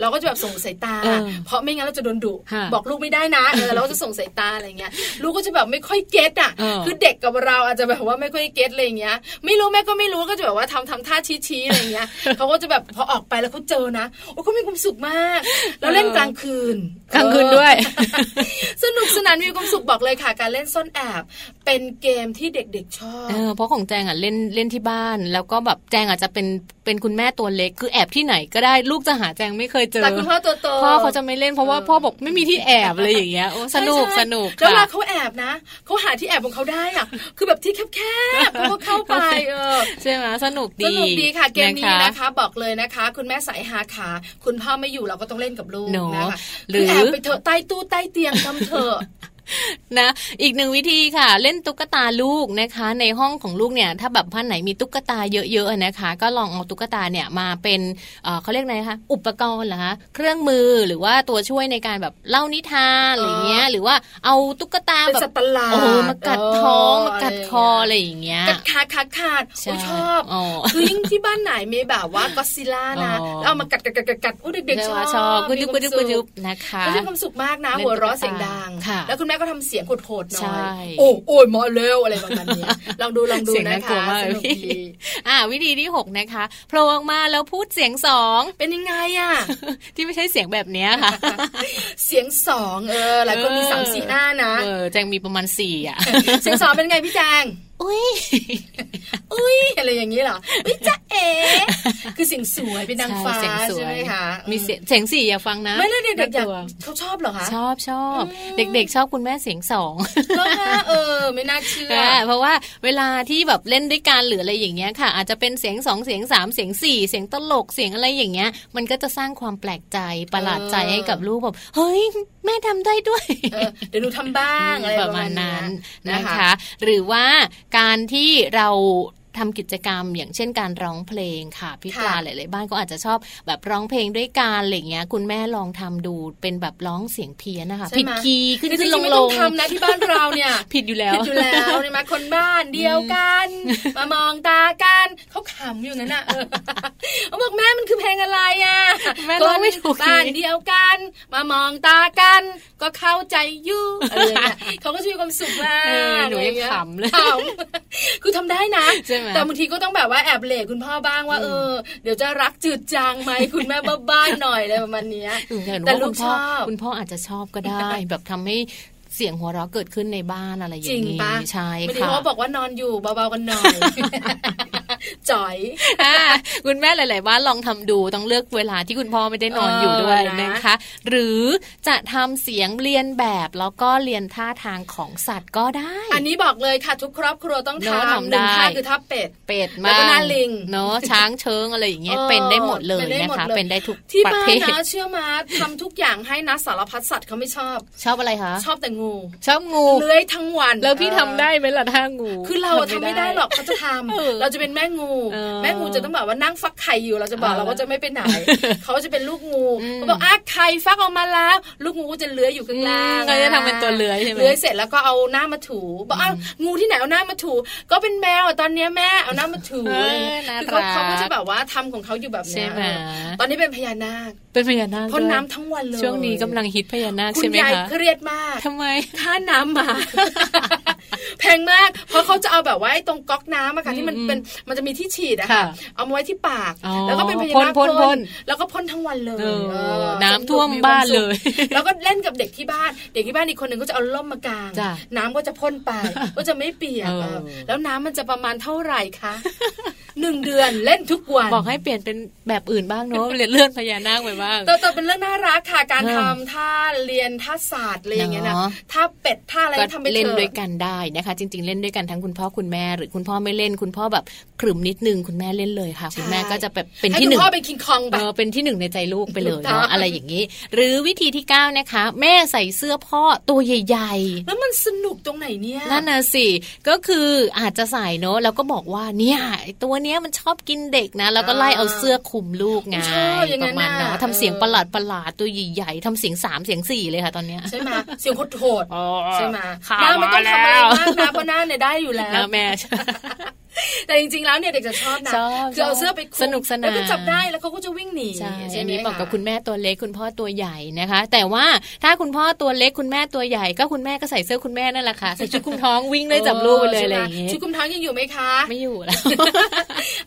[SPEAKER 4] เราก็จะแบบส่งสายตา
[SPEAKER 3] เออ
[SPEAKER 4] เพราะไม่งั้นเราจะโดนดุ
[SPEAKER 3] ฮะ
[SPEAKER 4] บอกลูกไม่ได้นะเออเราก็จะส่งสายตาอะไรเงี้ย ลูกก็จะแบบไม่ค่อยเก็ตอ่ะ
[SPEAKER 3] เออ
[SPEAKER 4] คือเด็กกับเราอาจจะแบบว่าไม่ค่อยเก็ตอะไรอย่างเงี้ย ไม่รู้แม่ก็ไม่รู้ก็จะแบบว่าทำทำท่าชี้ๆอะไร อย่างเงี้ย เขาก็จะแบบพอออกไปแล้วเขาเจอนะโอ้เขามีความสุขมาก แล้วเล่นกลางคืน
[SPEAKER 3] กลางคืนด้วย
[SPEAKER 4] เอ อสนุกสนานมีความสุขบอกเลยค่ะ การเล่นซ่อนแอบ เป็นเกมที่เด็กๆชอบ
[SPEAKER 3] เออเพราะของแจงอ่ะเล่นเล่นที่บ้าน แล้วก็แบบแจงอาจจะเป็นเป็นคุณแม่ตัวเล็กคือแอบที่ไหนก็ได้ลูกจะหาแจงไม่เคยเจอ
[SPEAKER 4] แต่คุณพ่อตัวโต
[SPEAKER 3] พ่อเขาจะไม่เล่นเพราะว่า
[SPEAKER 4] เออ
[SPEAKER 3] พ่อบอกไม่มีที่แอบอะไรอย่างเงี้ยโอ้สนุก
[SPEAKER 4] ใช่ใช่
[SPEAKER 3] สนุก
[SPEAKER 4] แล้วเวลา
[SPEAKER 3] ค่ะ
[SPEAKER 4] เขาแอบนะเขาหาที่แอบของเขาได้อะคือแบบที่แคบๆเขาก็เข้าไปเออ
[SPEAKER 3] ใช่ไหมสนุก
[SPEAKER 4] ส
[SPEAKER 3] ดี
[SPEAKER 4] นุกดีค่ะเกมนี้
[SPEAKER 3] ะ
[SPEAKER 4] นะคะ คะ บอกเลยนะคะ คุณแม่สายหาขาคุณพ่อไม่อยู่เราก็ต้องเล่นกับลูก
[SPEAKER 3] เนอะ
[SPEAKER 4] นะคะ
[SPEAKER 3] หรือ
[SPEAKER 4] คืแอบไปเถอะใต้ตู้ใต้เตียงทำเถ อะ
[SPEAKER 3] นะ อีกหนึ่งวิธีค่ะ เล่นตุ๊กตาลูกนะคะ ในห้องของลูกเนี่ย ถ้าแบบบ้านไหนมีตุ๊กตาเยอะๆอะนะคะ ก็ลองเอาตุ๊กตาเนี่ยมาเป็นเอ่อเขาเรียกไงคะอุปกรณ์เหรอคะเครื่องมือหรือว่าตัวช่วยในการแบบเล่านิทานอะไรเงี้ยหรือว่าเอาตุ๊กตา
[SPEAKER 4] เป็น
[SPEAKER 3] แบ
[SPEAKER 4] สัต
[SPEAKER 3] บ
[SPEAKER 4] ว์ประหลาด
[SPEAKER 3] โอ้โหมากัดท้อง
[SPEAKER 4] เ
[SPEAKER 3] มากัดคออะไรอย่างเงี้ย
[SPEAKER 4] กัดขาขาขาดโอ้ยชอบ
[SPEAKER 3] อ๋อ
[SPEAKER 4] คือยิ่งที่บ้านไหนมีแบบว่าก็ซิล่านะ
[SPEAKER 3] อ๋อ
[SPEAKER 4] แล้วเอามากัดกัดกัดกัดกัดอุ้ยเด็กๆชอบ
[SPEAKER 3] ชอบกุ
[SPEAKER 4] มี
[SPEAKER 3] จุบ
[SPEAKER 4] ค
[SPEAKER 3] กุ
[SPEAKER 4] วาม
[SPEAKER 3] จุบ
[SPEAKER 4] สุ
[SPEAKER 3] กุ
[SPEAKER 4] ข
[SPEAKER 3] จุบนะคะ
[SPEAKER 4] ก็มีความสุขมากนะ
[SPEAKER 3] เล่น
[SPEAKER 4] หัวเราะ
[SPEAKER 3] ตุ๊กตา
[SPEAKER 4] เสียงดัง
[SPEAKER 3] ค่ะ
[SPEAKER 4] แล้วคุณแม่ก็ทำเสียงโหดๆหน่
[SPEAKER 3] ใช่
[SPEAKER 4] อยโอ้โอ้ยหมอเร็วอะไรประมาณเนี้ย ลองดูลองดู
[SPEAKER 3] เสียง
[SPEAKER 4] นะ
[SPEAKER 3] น่ากลัว
[SPEAKER 4] คะ
[SPEAKER 3] มาก
[SPEAKER 4] ส
[SPEAKER 3] เลย
[SPEAKER 4] นุก
[SPEAKER 3] พี่
[SPEAKER 4] ดี
[SPEAKER 3] อ่าวิธีที่หกนะคะโผล่ออกมาแล้วพูดเสียงสอง
[SPEAKER 4] เป็นยังไงอ่ะ
[SPEAKER 3] ที่ไม่ใช่เสียงแบบเนี้ยค่ะ
[SPEAKER 4] เสียงสองเออหลายคนมี
[SPEAKER 3] เออ
[SPEAKER 4] สามสี่ห้านะ
[SPEAKER 3] เออแจงมีประมาณสี่อ่ะ
[SPEAKER 4] เสียงสองเป็นไงพี่แจงอุ้ยอุ้ยอะไรอย่างนี้เหรออุ้ยจ๊ะเอ๋คือเสียงสวยเป็นนางฟ้า
[SPEAKER 3] ใช่เสียงสวย
[SPEAKER 4] ใช่ไหมคะ
[SPEAKER 3] มีเสียงเสียงสี่อย่าฟังนะ
[SPEAKER 4] ไม่เลยเด็กๆอยาก
[SPEAKER 3] ลัว
[SPEAKER 4] เขาชอบเหรอคะ
[SPEAKER 3] ชอบชอบ เด็กๆ ชอบคุณแม่เสียงสอง
[SPEAKER 4] ก็เออ ไม่น่าเชื่อ
[SPEAKER 3] อ่าเพราะว่าเวลาที่แบบเล่นด้วยกันหรืออะไรอย่างเงี้ยค่ะ อาจจะเป็นเสียงสองเสียงสามเสียงสี่เสียงตลกเสียงอะไรอย่างเงี้ย มันก็จะสร้างความแปลกใจประหลาดใจ
[SPEAKER 4] เออ
[SPEAKER 3] ให้กับลูกแบบเฮ้ยแม่ทำได้ด้วย
[SPEAKER 4] เออเดี๋ยวดูทำบ้างอะไร
[SPEAKER 3] ป
[SPEAKER 4] ประ
[SPEAKER 3] มา
[SPEAKER 4] ระมา
[SPEAKER 3] ณ
[SPEAKER 4] ณ
[SPEAKER 3] นั้น
[SPEAKER 4] เย
[SPEAKER 3] นะคะ หรือว่าการที่เราทำกิจกรรม อย่างเช่นการร้องเพลงค่ะพี่ป
[SPEAKER 4] ค่ะ
[SPEAKER 3] ลาหลายๆบ้านก็อาจจะชอบแบบร้องเพลงด้วยกันอะไรเงี้ยคุณแม่ลองทำดูเป็นแบบร้องเสียงเพี้ยนนะคะ
[SPEAKER 4] ใช่ไหม
[SPEAKER 3] ผิดคีย์ขึ้น
[SPEAKER 4] จริ
[SPEAKER 3] ขึ้น
[SPEAKER 4] ง
[SPEAKER 3] ล
[SPEAKER 4] ๆ
[SPEAKER 3] ง
[SPEAKER 4] ไม่
[SPEAKER 3] ล
[SPEAKER 4] ต้อง งทำนะที่บ้านเราเนี่ย
[SPEAKER 3] ผิดอยู่แล้ว
[SPEAKER 4] ผิดอยู่แล้วนี่มาคนบ้านเดียวกัน มามองตากันเขาขำอยู่ นั่นน่ะเออเขาบอกแม่มันคือเพลงอะไรอ่ะ
[SPEAKER 3] แม่ร้องไม่ถูก
[SPEAKER 4] คนบ้านเดียวกัน มามองตากัน ก็เข้าใจอยู่อะไรอย่างเงี้ยเขาก็จะมีความสุขมาก
[SPEAKER 3] เออหนูยัง
[SPEAKER 4] อะไรอา
[SPEAKER 3] ขำเลย
[SPEAKER 4] ขำคือทำได้นะ
[SPEAKER 3] ใช่ไหม
[SPEAKER 4] แต่บางทีก็ต้องแบบว่าแอบเหล่คุณพ่อบ้างว่าเออเดี๋ยวจะรักจืดจางไหมคุณแม่บ้าๆหน่อยอะไรประมาณเนี้ย
[SPEAKER 3] อืมแต่หนูว่าคุณ
[SPEAKER 4] แต่ลูก
[SPEAKER 3] พ่อ
[SPEAKER 4] ชอบ
[SPEAKER 3] คุณพ่ออาจจะชอบก็ได้ แบบทำให้เสียงหัวเราะเกิดขึ้นในบ้านอะไรอย่าง
[SPEAKER 4] จริ
[SPEAKER 3] นี้
[SPEAKER 4] งปะ
[SPEAKER 3] ใช่
[SPEAKER 4] บางที
[SPEAKER 3] ค่ะ
[SPEAKER 4] เขาบอกว่านอนอยู่เบาๆกันหน่อย จ๋อย
[SPEAKER 3] อ่าคุณแม่หลาย ๆ บ้านลองทำดูต้องเลือกเวลาที่คุณพ่อไม่ได้นอน
[SPEAKER 4] เอออ
[SPEAKER 3] อยู่ด้วย
[SPEAKER 4] นะ
[SPEAKER 3] นะคะ หรือจะทำเสียงเรียนแบบแล้วก็เรียนท่าทางของสัตว์ก็ได้
[SPEAKER 4] อันนี้บอกเลยค่ะ ทุกครอบครัวต้อง
[SPEAKER 3] เนอะ
[SPEAKER 4] ทำ
[SPEAKER 3] ทำ
[SPEAKER 4] หนึ่ง
[SPEAKER 3] ได้
[SPEAKER 4] ท่าคือท่าเป็ด
[SPEAKER 3] เป็ด
[SPEAKER 4] แล้ว
[SPEAKER 3] มา
[SPEAKER 4] ก็หน้าลิง
[SPEAKER 3] เนาะช้างเชิงอะไรอย่างเงี้ย
[SPEAKER 4] เออ
[SPEAKER 3] เป็นได้หมดเลย
[SPEAKER 4] เป็นได้
[SPEAKER 3] นะ
[SPEAKER 4] หมด
[SPEAKER 3] คะ
[SPEAKER 4] เลย
[SPEAKER 3] เป็นได้ทุก
[SPEAKER 4] ที่
[SPEAKER 3] ประ
[SPEAKER 4] บ้า
[SPEAKER 3] เภ
[SPEAKER 4] น
[SPEAKER 3] ท
[SPEAKER 4] นะเชื่อมาทำทุกอย่างให้นะสารพัดสัตว์เขาไม่ชอบ
[SPEAKER 3] ชอบอะไรคะ
[SPEAKER 4] ชอบแต่งู
[SPEAKER 3] ชอบงู
[SPEAKER 4] เลื้อยทั้งวัน
[SPEAKER 3] แล้วพี่
[SPEAKER 4] เออ
[SPEAKER 3] ทำได้ไหมล่ะท่างู
[SPEAKER 4] คือเราทำไม่ได้หรอกเขาจะทำ
[SPEAKER 3] เออ
[SPEAKER 4] เราจะเป็นแม่งู
[SPEAKER 3] เออ
[SPEAKER 4] แม่งูจะต้องแบบว่านั่งฟักไข่อยู่เราจะบอก
[SPEAKER 3] เออ
[SPEAKER 4] เราว่าจะไม่ไป ไหนเขาจะเป็นลูกงู
[SPEAKER 3] อืม
[SPEAKER 4] เขาบอกอ่ะไข่ฟักออกมาแล้ว ลูกงูก็จะเลื้อยอยู่ข้างล่า
[SPEAKER 3] อื
[SPEAKER 4] ง
[SPEAKER 3] มเขาจะทำเป็นตัวเลื้อยใช่ไหม
[SPEAKER 4] เลื้อยเสร็จแล้วก็เอาหน้ามาถูบอกอ้าวงูที่ไหนเอาหน้ามาถู ก็เป็นแมวอ่ะตอนเนี้ยแม่เอาหน้ามาถู
[SPEAKER 3] เออน่า
[SPEAKER 4] คือ
[SPEAKER 3] รัก
[SPEAKER 4] เขาเขาก็จะแบบว่าทำของเขาอยู่แบบเนี้ย
[SPEAKER 3] ใช่ไหม
[SPEAKER 4] เออตอนนี้เป็นพญานาค
[SPEAKER 3] เป็นพญานาค
[SPEAKER 4] พ่น
[SPEAKER 3] ด้วย
[SPEAKER 4] น้ำทั้งวันเลย
[SPEAKER 3] ช่วงนี้กำลังฮิตพญานาค
[SPEAKER 4] คุ
[SPEAKER 3] ใช่
[SPEAKER 4] ณ
[SPEAKER 3] ไหม
[SPEAKER 4] ยาย
[SPEAKER 3] คะ
[SPEAKER 4] เครียดมาก
[SPEAKER 3] ทำไม
[SPEAKER 4] ค่าน้ำมา แพงมากเพราะเขาจะเอาแบบว่าไอ้ตรงก๊อกน้ำอะค่ะที่มัน
[SPEAKER 3] อืม
[SPEAKER 4] เป็นมันจะมีที่ฉีดอะ
[SPEAKER 3] ค่ะ
[SPEAKER 4] เอามาไว้ที่ปาก
[SPEAKER 3] อ๋อ
[SPEAKER 4] แล้วก็เป็นพญา
[SPEAKER 3] พ่น
[SPEAKER 4] นาค
[SPEAKER 3] พ่นพ่น
[SPEAKER 4] แล้วก็พ่นทั้งวันเลย
[SPEAKER 3] เออ
[SPEAKER 4] เออ
[SPEAKER 3] น้ำท่วมบ้านเลย
[SPEAKER 4] แล้วก็เล่นกับเด็กที่บ้าน เด็กที่บ้านอีกคนหนึ่งก็จะเอาล่มมากาง
[SPEAKER 3] จ้ะ
[SPEAKER 4] น้ำก็จะพ่นไปก็จะไม่เปียก
[SPEAKER 3] เออ
[SPEAKER 4] เออแล้วน้ำมันจะประมาณเท่าไหร่คะหนึ่งเดือนเล่นทุกวัน
[SPEAKER 3] บอกให้เปลี่ยนเป็นแบบอื่นบ้างเนอะเลื่อนพญานาคไปบ้าง
[SPEAKER 4] แต่แต่เป็นเรื่องน่ารักค่ะการ
[SPEAKER 3] เออ
[SPEAKER 4] ทำท่าเรียนท่าศาสตร์อะไรอย่างเงี้ยนะ
[SPEAKER 3] เนอะ
[SPEAKER 4] ท่าเป็ดท่าอะไร
[SPEAKER 3] ก็
[SPEAKER 4] ทำไปเถอะ
[SPEAKER 3] เล่นด้วยกันได้นะคะ จริง ๆ เล่นด้วยกันทั้งคุณพ่อคุณแม่หรือคุณพ่อไม่เล่นคุณพ่อแบบขรึมนิดนึงคุณแม่เล่นเลยค่ะ คุณแม่ก็จะแบบเป็นที่หนึ่ง
[SPEAKER 4] ให้คุณพ่อเป็นคิงคองไป
[SPEAKER 3] เออเป็นที่หนึ่งในใจลูกไปเลย
[SPEAKER 4] ถูกต้
[SPEAKER 3] เนาะ
[SPEAKER 4] อง
[SPEAKER 3] อะไรอย่างนี้ หรือวิธีที่เก้านะคะ แม่ใส่เสื้อพ่อตัวใหญ่ ๆ
[SPEAKER 4] แล้วมันสนุกตรงไหนเนี่ย
[SPEAKER 3] นั่นน่ะสิ ก็คืออาจจะใส่เนอะแล้วก็บอกว่าเนี่ยไอ้ตัวเนี้ยมันชอบกินเด็กนะ แล้วก็ไล่เอาเสื้อคลุมลูกไง
[SPEAKER 4] ชอบอย่าง
[SPEAKER 3] ป
[SPEAKER 4] นั้
[SPEAKER 3] ระ
[SPEAKER 4] น
[SPEAKER 3] มาณ
[SPEAKER 4] น่ะ
[SPEAKER 3] นั้นทำเสียงประหลาดประหลาดๆตัวใหญ่ๆทำเสียงสามเสียงสี่เลยค่ะตอนเนี้ย
[SPEAKER 4] ใช่ไหมเสียงโคตรโหด
[SPEAKER 3] อ๋อ
[SPEAKER 4] ใช่ไหม
[SPEAKER 3] ข่าว
[SPEAKER 4] หน้าไม่ต้องทำอะไร
[SPEAKER 3] มาแล้ว
[SPEAKER 4] มากนะเพราะหน้าเนี่ยได้อยู่แล้ว
[SPEAKER 3] นะแม่
[SPEAKER 4] แต่จริงๆแล้วเนี่ยเด็กจะชอบนะ
[SPEAKER 3] ชอบ
[SPEAKER 4] คือเอาเสื้อไปคลุม
[SPEAKER 3] สนุกสนาน
[SPEAKER 4] แล้วก็จับได้แล้วเขาก็จะวิ่งหนี
[SPEAKER 3] ใช่
[SPEAKER 4] ใช่
[SPEAKER 3] อัน
[SPEAKER 4] ไหม
[SPEAKER 3] นี้บอกกับ
[SPEAKER 4] ะ
[SPEAKER 3] คุณแม่ตัวเล็กคุณพ่อตัวใหญ่นะคะ แต่ว่าถ้าคุณพ่อตัวเล็กคุณแม่ตัวใหญ่ ก็คุณแม่ก็ใส่เสื้อคุณแม่นั่นแหละค่ะใส่ชุดคลุมท้องวิ่งเลยจับลูกไปเลยอะไรอย่างเงี้ย
[SPEAKER 4] ชุดคุมท้องยังอยู่ไหมคะ
[SPEAKER 3] ไม่อยู่แล้ว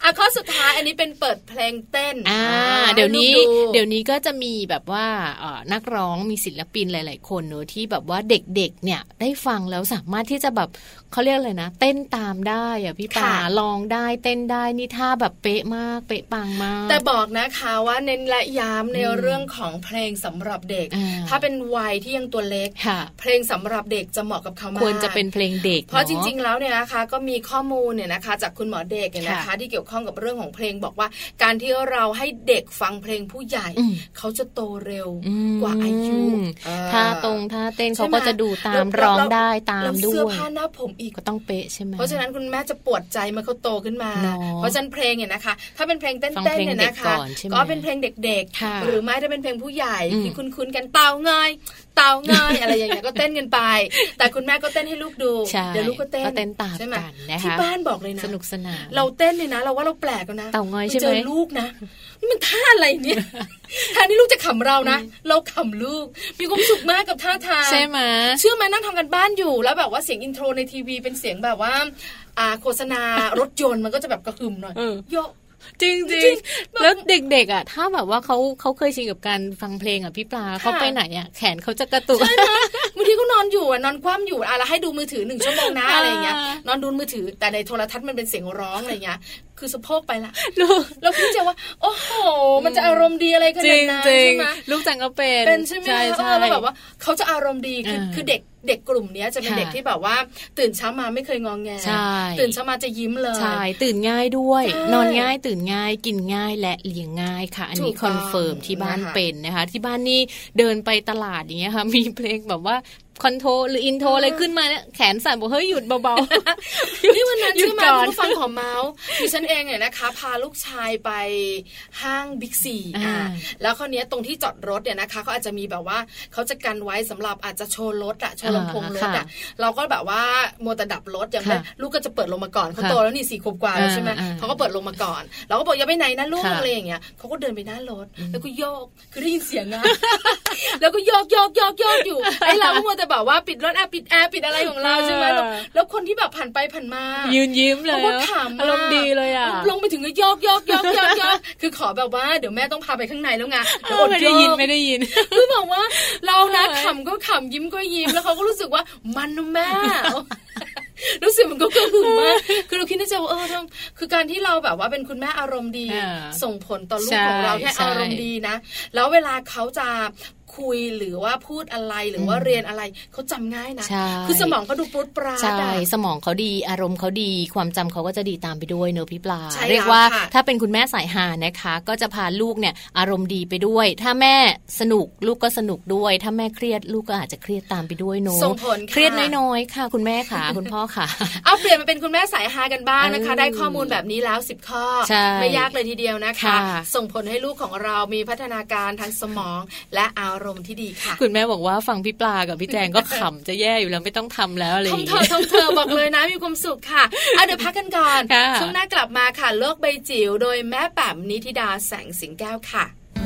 [SPEAKER 4] อ่ะข้อสุดท้ายอันนี้เป็นเปิดเพลงเต้น
[SPEAKER 3] อ่า
[SPEAKER 4] ให้
[SPEAKER 3] เดี๋ยวนี้
[SPEAKER 4] ลูก
[SPEAKER 3] เดี๋ยวนี้ก็จะมีแบบว่าเอ่อนักร้องมีศิลปินหลาย ๆ คนเนอะที่แบบว่าเด็ก ๆ เนี่ยได้ฟังแล้วสามารถที่จะแบบเขาเรียกเลยนะ เต้นตามได้อะพี่ปา
[SPEAKER 4] ค่ะ
[SPEAKER 3] ลองได้เต้นได้นี่ท่าแบบเป๊ะมากเป๊ะปังมาก
[SPEAKER 4] แต่บอกนะคะว่าเน้นและย้ำในเรื่องของเพลงสำหรับเด็ก
[SPEAKER 3] อ่า
[SPEAKER 4] ถ้าเป็นวัยที่ยังตัวเล็ก
[SPEAKER 3] ค่ะ
[SPEAKER 4] เพลงสำหรับเด็กจะเหมาะกับเขามาก
[SPEAKER 3] ควรจะเป็นเพลงเด็ก
[SPEAKER 4] เพราะ
[SPEAKER 3] นอ
[SPEAKER 4] จริง ๆ แล้วเนี่ยนะคะ ก็มีข้อมูลเนี่ยนะคะ จากคุณหมอเด็กเนี่ยนะคะ
[SPEAKER 3] ค่ะ
[SPEAKER 4] ที่เกี่ยวข้องกับเรื่องของเพลงบอกว่า การที่เราให้เด็กฟังเพลงผู้ใหญ่
[SPEAKER 3] อืม
[SPEAKER 4] เขาจะโตเร็ว
[SPEAKER 3] อืม
[SPEAKER 4] กว่าอายุเออ
[SPEAKER 3] ท่าตรงท่าเต้น
[SPEAKER 4] ใช่
[SPEAKER 3] เขา
[SPEAKER 4] ไห
[SPEAKER 3] ก็จะดูตาม
[SPEAKER 4] แล้ว
[SPEAKER 3] ร้องได้ตาม
[SPEAKER 4] แล้ว
[SPEAKER 3] ด้
[SPEAKER 4] เสื้อ
[SPEAKER 3] วย
[SPEAKER 4] ผ้าหน้าผมอีก
[SPEAKER 3] ก็ต้องเป๊ะใช่ไหม
[SPEAKER 4] เพราะฉะนั้นคุณแม่จะปวดใจเมื่อเขาโตขึ้นมา
[SPEAKER 3] เนาะ
[SPEAKER 4] เพราะฉะนั้นเพลงเนี่ยนะคะ ถ้าเป็นเพลงเต้น
[SPEAKER 3] ฟัง
[SPEAKER 4] ๆ
[SPEAKER 3] เพลง
[SPEAKER 4] เนี่ย
[SPEAKER 3] เด็ก
[SPEAKER 4] นะ
[SPEAKER 3] ก่
[SPEAKER 4] คะ
[SPEAKER 3] อนใช่ไหม
[SPEAKER 4] เป็นเพลงเด็ก
[SPEAKER 3] ค่ะ
[SPEAKER 4] หรือไม่ถ้าเป็นเพลงผู้ใหญ่
[SPEAKER 3] อืม
[SPEAKER 4] ที่คุ้นๆกันเตาเงยเตาเงยอะไรอย่างเงี้ยก็เต้นกันไป แต่คุณแม่ก็เต้นให้ลูกดู
[SPEAKER 3] ใช่
[SPEAKER 4] เดี๋ยวลูกก็เต้น
[SPEAKER 3] ก็เต้นตาม
[SPEAKER 4] ใช่ไห
[SPEAKER 3] กันนะคะ
[SPEAKER 4] ที่บ้านบอกเลยนะ
[SPEAKER 3] สนุกสนาน
[SPEAKER 4] เราเต้นเนี่ยนะ เราว่าเราแปลกแล้วนะ
[SPEAKER 3] เตาเงยใช่ไหม
[SPEAKER 4] ปเจอลูกนะนี่มันท่าอะไรเนี่ยท่านี้ลูกจะขำเรานะเราขำลูก มีความสุขมากกับท่าทาง
[SPEAKER 3] ใช่ไหม
[SPEAKER 4] เชื่อไหมนั่งทำกันบ้านอยู่แล้วแบบว่าเสียงอินโทรในทีวีเป็นเสียงแบบว่าอ่าโฆษณา รถยนต์มันก็จะแบบกระหึ่มหน่อย
[SPEAKER 3] เออ
[SPEAKER 4] โยะ
[SPEAKER 3] จริง
[SPEAKER 4] จ
[SPEAKER 3] จ
[SPEAKER 4] ริ
[SPEAKER 3] ริ
[SPEAKER 4] ง
[SPEAKER 3] ง
[SPEAKER 4] แบบ
[SPEAKER 3] แล้วเด็กๆอ่ะถ้าแบบว่าเขาเขาเคยชินกับการฟังเพลงอ่ะพี่ปลาเขา
[SPEAKER 4] ค่ะ
[SPEAKER 3] ไปไหนอ่ะแขนเขาจะกระตุก
[SPEAKER 4] ใช่ไหมบางทีก็นอนอยู่อะนอนคว่ำอยู่อะแล้วให้ดูมือถือหนึ่งชั่วโมงนะ
[SPEAKER 3] อ่า
[SPEAKER 4] อะไรอย่างเงี้ยนอนดูมือถือแต่ในโทรทัศน์มันเป็นเสียงร้องอะไรอย่างเงี้ยคือสะโพกไปละ
[SPEAKER 3] ลูก
[SPEAKER 4] แล้วพี่จะว่า โอ้โห มันจะอารมณ์ดีอะไรข
[SPEAKER 3] จ
[SPEAKER 4] นา
[SPEAKER 3] ริ
[SPEAKER 4] ด
[SPEAKER 3] ง
[SPEAKER 4] นั้น
[SPEAKER 3] จริง
[SPEAKER 4] ใช่ไหม
[SPEAKER 3] ลูกจังก็เป็น
[SPEAKER 4] เป็นใช่ไหมคะ
[SPEAKER 3] ใช่
[SPEAKER 4] เออแล้วแบบว่าเขาจะอารมณ์ดีคือ
[SPEAKER 3] อ่า
[SPEAKER 4] คือเด็กเด็กกลุ่มเนี้ยจะเป็น
[SPEAKER 3] ค่ะ
[SPEAKER 4] เด็กที่แบบว่า ตื่นเช้ามาไม่เคยงองแง
[SPEAKER 3] ใช่
[SPEAKER 4] ตื่นเช้ามาจะยิ้มเลย
[SPEAKER 3] ใช่ตื่นง่ายด้วย
[SPEAKER 4] ใช่
[SPEAKER 3] นอนง่ายตื่นง่าย กินง่ายและเลี้ยงง่ายค่ะ อัน
[SPEAKER 4] ถู
[SPEAKER 3] นี้
[SPEAKER 4] ก
[SPEAKER 3] คอนเฟิร์ม
[SPEAKER 4] ต้อง
[SPEAKER 3] ที่บ้าน
[SPEAKER 4] นะคะ
[SPEAKER 3] เป็นนะคะ ที่บ้านนี่เดินไปตลาดอย่างเงี้ยค่ะ มีเพลงแบบว่าคอนโทรหรืออินโทรอะไรขึ้นมาเนี่ยแขนสั่นบอกเฮ้ยหยุดเบาๆหยุด
[SPEAKER 4] นี่วันนั้น
[SPEAKER 3] หยุ
[SPEAKER 4] ใช่
[SPEAKER 3] ด
[SPEAKER 4] ไหม
[SPEAKER 3] ก่อน
[SPEAKER 4] คุณผู้ฟังของเมาส์ดิฉันเองเนี่ยนะคะ พาลูกชายไปห้างบิ๊กซี
[SPEAKER 3] อ่า
[SPEAKER 4] แล้วคราวเนี้ยตรงที่จอดรถเนี่ยนะคะเขาอาจจะมีแบบว่าเขาจะกันไว้สำหรับอาจจะโชว์รถอะโชว์ลำโพงรถอะ
[SPEAKER 3] ค่ะ
[SPEAKER 4] เราก็แบบว่ามัวแต่ดับรถอย่าง
[SPEAKER 3] ค่ะ
[SPEAKER 4] นั้นลูกก็จะเปิดลงมาก่อนเขา
[SPEAKER 3] ค่ะ
[SPEAKER 4] โตแล้วนี่สี่ขวบกว่าแล้วใช่ไหม
[SPEAKER 3] อ่าอ่า
[SPEAKER 4] เขาก็เปิดลงมาก่อน เราก็บอกอย่าไปไหนนะลูก
[SPEAKER 3] ค่ะ
[SPEAKER 4] อะไรอย่างเงี้ยเขาก็เดินไปหน้ารถแล้วก็โยกคือได้ยินเสียงนะ แล้วก็โยกโยกโยกโยกอยู่ไอ้เราก็มัวแต่แบบว่าปิดรถอะปิดแอร์ปิดอะไรของเราใช่ไหมแล้ว
[SPEAKER 3] อ่า
[SPEAKER 4] แล้วคนที่แบบผ่านไปผ่านมา
[SPEAKER 3] ยืนยิ้มเลย
[SPEAKER 4] เขาก็ขำ
[SPEAKER 3] อารมณ์ดีเลยอ่ะ
[SPEAKER 4] ลงไปถึงก็โยกโยกโยกโยกโยกคือขอแบบว่าเดี๋ยวแม่ต้องพาไปข้างใน แล้วไง
[SPEAKER 3] ไม่
[SPEAKER 4] เยวอ
[SPEAKER 3] ได้ยิน
[SPEAKER 4] โก
[SPEAKER 3] ไม่ได้ยิน
[SPEAKER 4] คือบอกว่าเรานะ
[SPEAKER 3] เออ
[SPEAKER 4] ขำก็ขำยิ้มก็ยิ้มแล้วเขาก็รู้สึกว่ามันนะแม่ รู้สึกมันก็กระหึ่ม มากคือเราคิดในใจว่าเออทำคือการที่เราแบบว่าเป็นคุณแม่อารมณ์ดี
[SPEAKER 3] เออ
[SPEAKER 4] ส่งผลต่อลูก
[SPEAKER 3] ใช่
[SPEAKER 4] ของเราที่
[SPEAKER 3] ใช่
[SPEAKER 4] อารมณ์ดีนะ แล้วเวลาเขาจะคุยหรือว่าพูดอะไรหรือว่าเรียนอะไรเขาจำง่ายนะ
[SPEAKER 3] ใช่
[SPEAKER 4] คือสมองเขาดูปรุดปราด
[SPEAKER 3] ใช่
[SPEAKER 4] อะ
[SPEAKER 3] สมองเขาดีอารมณ์เขาดี ความจำเขาก็จะดีตามไปด้วยเนอะพี่ปลา
[SPEAKER 4] ใช่
[SPEAKER 3] เรีกว่า
[SPEAKER 4] แล้วค่ะ
[SPEAKER 3] ถ้าเป็นคุณแม่สายฮานะคะ ก็จะพาลูกเนี่ยอารมณ์ดีไปด้วย ถ้าแม่สนุกลูกก็สนุกด้วย ถ้าแม่เครียดลูกก็อาจจะเครียดตามไปด้วยเนอะ
[SPEAKER 4] ส่งผลค่ะ
[SPEAKER 3] เครียดน้อยๆค่ะ คุณแม่ ค่ะ คุณพ่อค่ะ
[SPEAKER 4] เอาเปลี่ยนมาเป็นคุณแม่สายฮากันบ้างนะคะ
[SPEAKER 3] เออ
[SPEAKER 4] ได้ข้อมูลแบบนี้แล้ว 10 ข้อ
[SPEAKER 3] ใช่
[SPEAKER 4] ไม่ยากเลยทีเดียวนะคะ
[SPEAKER 3] ค่ะ
[SPEAKER 4] ส่งผลให้ลูกของเรามีพัฒนาการทางสมองและอารมณ์ที่ดีค่ะ
[SPEAKER 3] คุณแม่บอกว่าฟังพี่ปลากับพี่แจงก็ขำจะแย่อยู่แล้วไม่ต้องทำแล้วอะไรอ
[SPEAKER 4] ท่
[SPEAKER 3] ย่า
[SPEAKER 4] อง
[SPEAKER 3] งเงี้ย
[SPEAKER 4] เธอท่องเธอบอกเลยนะมีความสุขค่ะเอาเดี๋ยวพักกันก่อน
[SPEAKER 3] ค่ะ
[SPEAKER 4] ช่วงหน้ากลับมาค่ะโลกใบจิ๋วโดยแม่แป๋มนิธิดาแสงสิงแก้วค่ะ
[SPEAKER 1] เ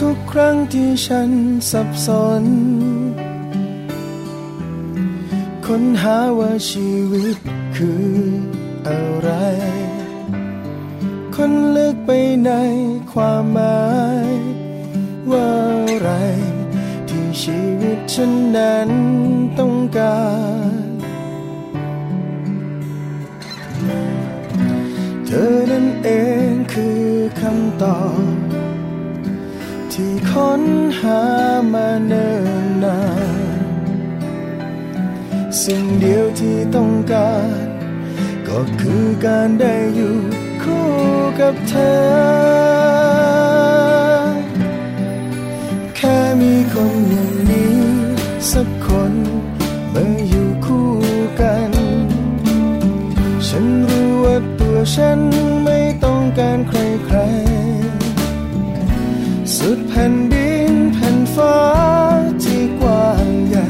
[SPEAKER 2] ทุกครั้งที่ฉันสับสน ค้นหาว่าชีวิตคืออะไร คนลึกไปในความหมาย ว่าอะไร ที่ชีวิตฉันนั้นต้องการ เธอนั้นเองคือคำตอบ ที่ค้นหามาเนิ่นนาน สิ่งเดียวที่ต้องการ ก็คือการได้อยู่คู่กับเธอ แค่มีคนอย่างนี้ สักคนมาอยู่คู่กัน ฉันรู้ว่าตัวฉันไม่ต้องการใครใครๆสุดแผ่นดินแผ่นฟ้าที่กว้างใหญ่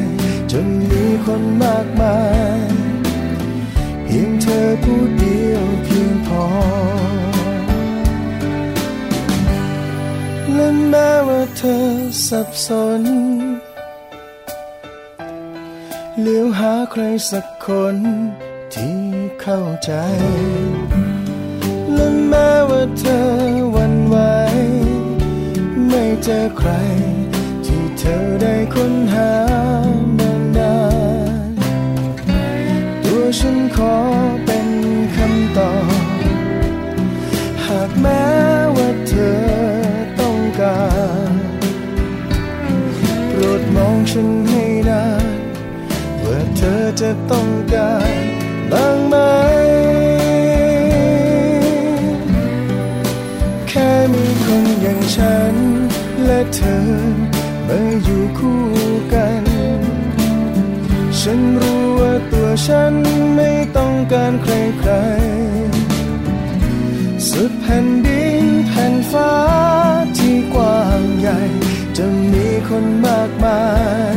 [SPEAKER 2] จนมีคนมากมาย เพียงเธอผู้เดียวเพียงพอ และแม้ว่าเธอสับสนเลี้ยวหาใครสักคนที่เข้าใจ และแม้ว่าเธอหวันไหว ไม่เจอใคร ที่เธอได้ค้นหามานาน ตัวฉันขอเป็นคำตอบ หากแม้ว่าเธอต้องการโปรดมองฉันให้นานว่าเธอจะต้องการบ้างไหม แค่มีคนอย่างฉัน และเธอมาอยู่คู่กัน ฉันรู้ว่าตัวฉันไม่ต้องการใครใครๆสุดแผ่นดินแผ่นฟ้าที่กว้างใหญ่ จะมีคนมากมาย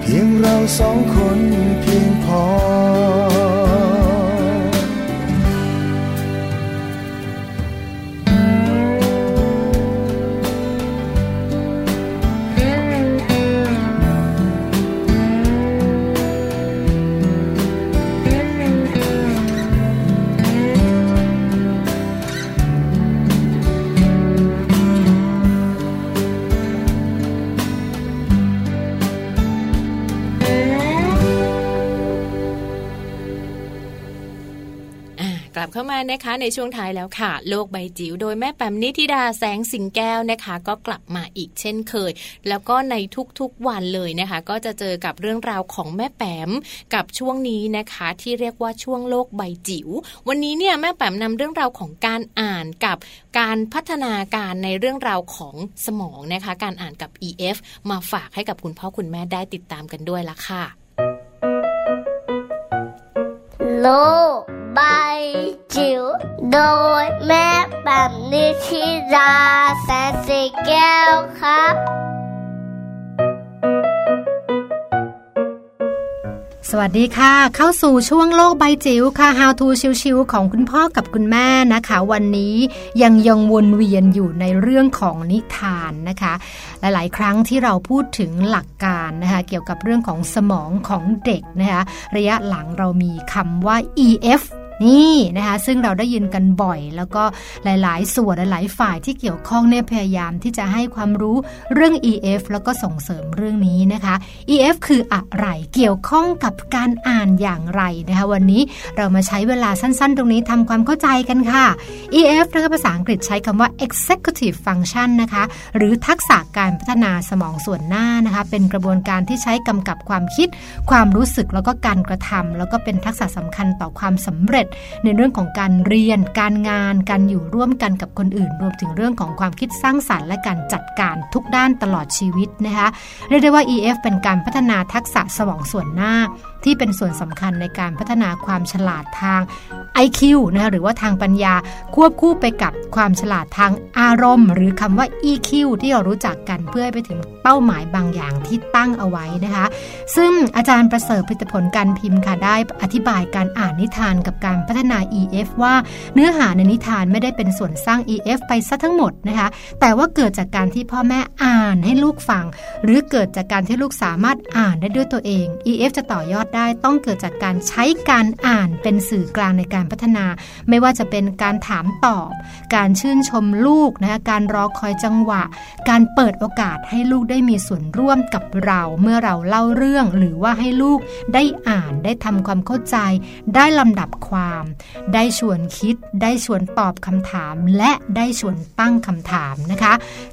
[SPEAKER 2] เพียงเราสองคนเพียงพอ
[SPEAKER 3] อ่ากลับเข้ามานะคะในช่วงท้ายแล้วค่ะ โลกใบจิ๋วโดยแม่แปมนิธิดาแสงสิงแก้วนะคะ ก็กลับมาอีกเช่นเคย แล้วก็ในทุกๆวันเลยนะคะ ก็จะเจอกับเรื่องราวของแม่แปมกับช่วงนี้นะคะ ที่เรียกว่าช่วงโลกใบจิ๋ววันนี้เนี่ยแม่แปมนำเรื่องราวของการอ่านกับการพัฒนาการในเรื่องราวของสมองนะคะ การอ่านกับ EF มาฝากให้กับคุณพ่อคุณแม่ได้ติดตามกันด้วยละค่ะ
[SPEAKER 7] โลกใบจิ๋วโดยแม่แบบนิชิราแสนสีแก้วครับ
[SPEAKER 8] สวัสดีค่ะ เข้าสู่ช่วงโลกใบจิ๋วค่ะ How to ชิวๆของคุณพ่อกับคุณแม่นะคะ วันนี้ยังยังวนเวียนอยู่ในเรื่องของนิทานนะคะ หลายๆ ครั้งที่เราพูดถึงหลักการนะคะ เกี่ยวกับเรื่องของสมองของเด็กนะคะ ระยะหลังเรามีคำว่า EF นี่นะคะซึ่งเราได้ยินกันบ่อย แล้วก็หลาย ๆ ส่วนหลายๆฝ่ายที่เกี่ยวข้องเนี่ยพยายามที่จะให้ความรู้เรื่อง EF แล้วก็ส่งเสริมเรื่องนี้นะคะ EF คืออะไรเกี่ยวข้องกับการอ่านอย่างไรนะคะวันนี้เรามาใช้เวลาสั้น ๆ ตรงนี้ทำความเข้าใจกันค่ะ EF นะคะภาษาอังกฤษใช้คำว่า executive function นะคะ หรือทักษะการพัฒนาสมองส่วนหน้านะคะ เป็นกระบวนการที่ใช้กำกับความคิด ความรู้สึกแล้วก็การกระทำแล้วก็เป็นทักษะสำคัญต่อความสำเร็จ ในเรื่องของการเรียน การงาน การอยู่ร่วมกันกับคนอื่น รวมถึงเรื่องของความคิดสร้างสรรค์และการจัดการทุกด้านตลอดชีวิตนะคะ เรียกได้ว่า EF เป็นการพัฒนาทักษะสมองส่วนหน้า ที่เป็นส่วนสำคัญในการพัฒนาความฉลาดทาง IQ นะคะหรือว่าทางปัญญาควบคู่ไปกับความฉลาดทางอารมณ์ หรือคำว่า EQ ที่เรารู้จักกันเพื่อให้ไปถึงเป้าหมายบางอย่างที่ตั้งเอาไว้นะคะ ซึ่งอาจารย์ประเสริฐพิตผลการพิมพ์ค่ะได้อธิบายการอ่านนิทานกับการพัฒนา EF ว่าเนื้อหาในนิทานไม่ได้เป็นส่วนสร้าง EF ไปซะทั้งหมดนะคะ แต่ว่าเกิดจากการที่พ่อแม่อ่านให้ลูกฟัง หรือเกิดจากการที่ลูกสามารถอ่านได้ด้วยตัวเอง EF จะต่อยอดได้ต้องเกิดจากการใช้การอ่านเป็นสื่อกลางในการพัฒนา ไม่ว่าจะเป็นการถามตอบ การชื่นชมลูกนะคะการรอคอยจังหวะ การเปิดโอกาสให้ลูกได้มีส่วนร่วมกับเราเมื่อเราเล่าเรื่อง หรือว่าให้ลูกได้อ่านได้ทำความเข้าใจ ได้ลำดับความ ได้ชวนคิด ได้ชวนตอบคำถาม และได้ชวนตั้งคำถามนะคะ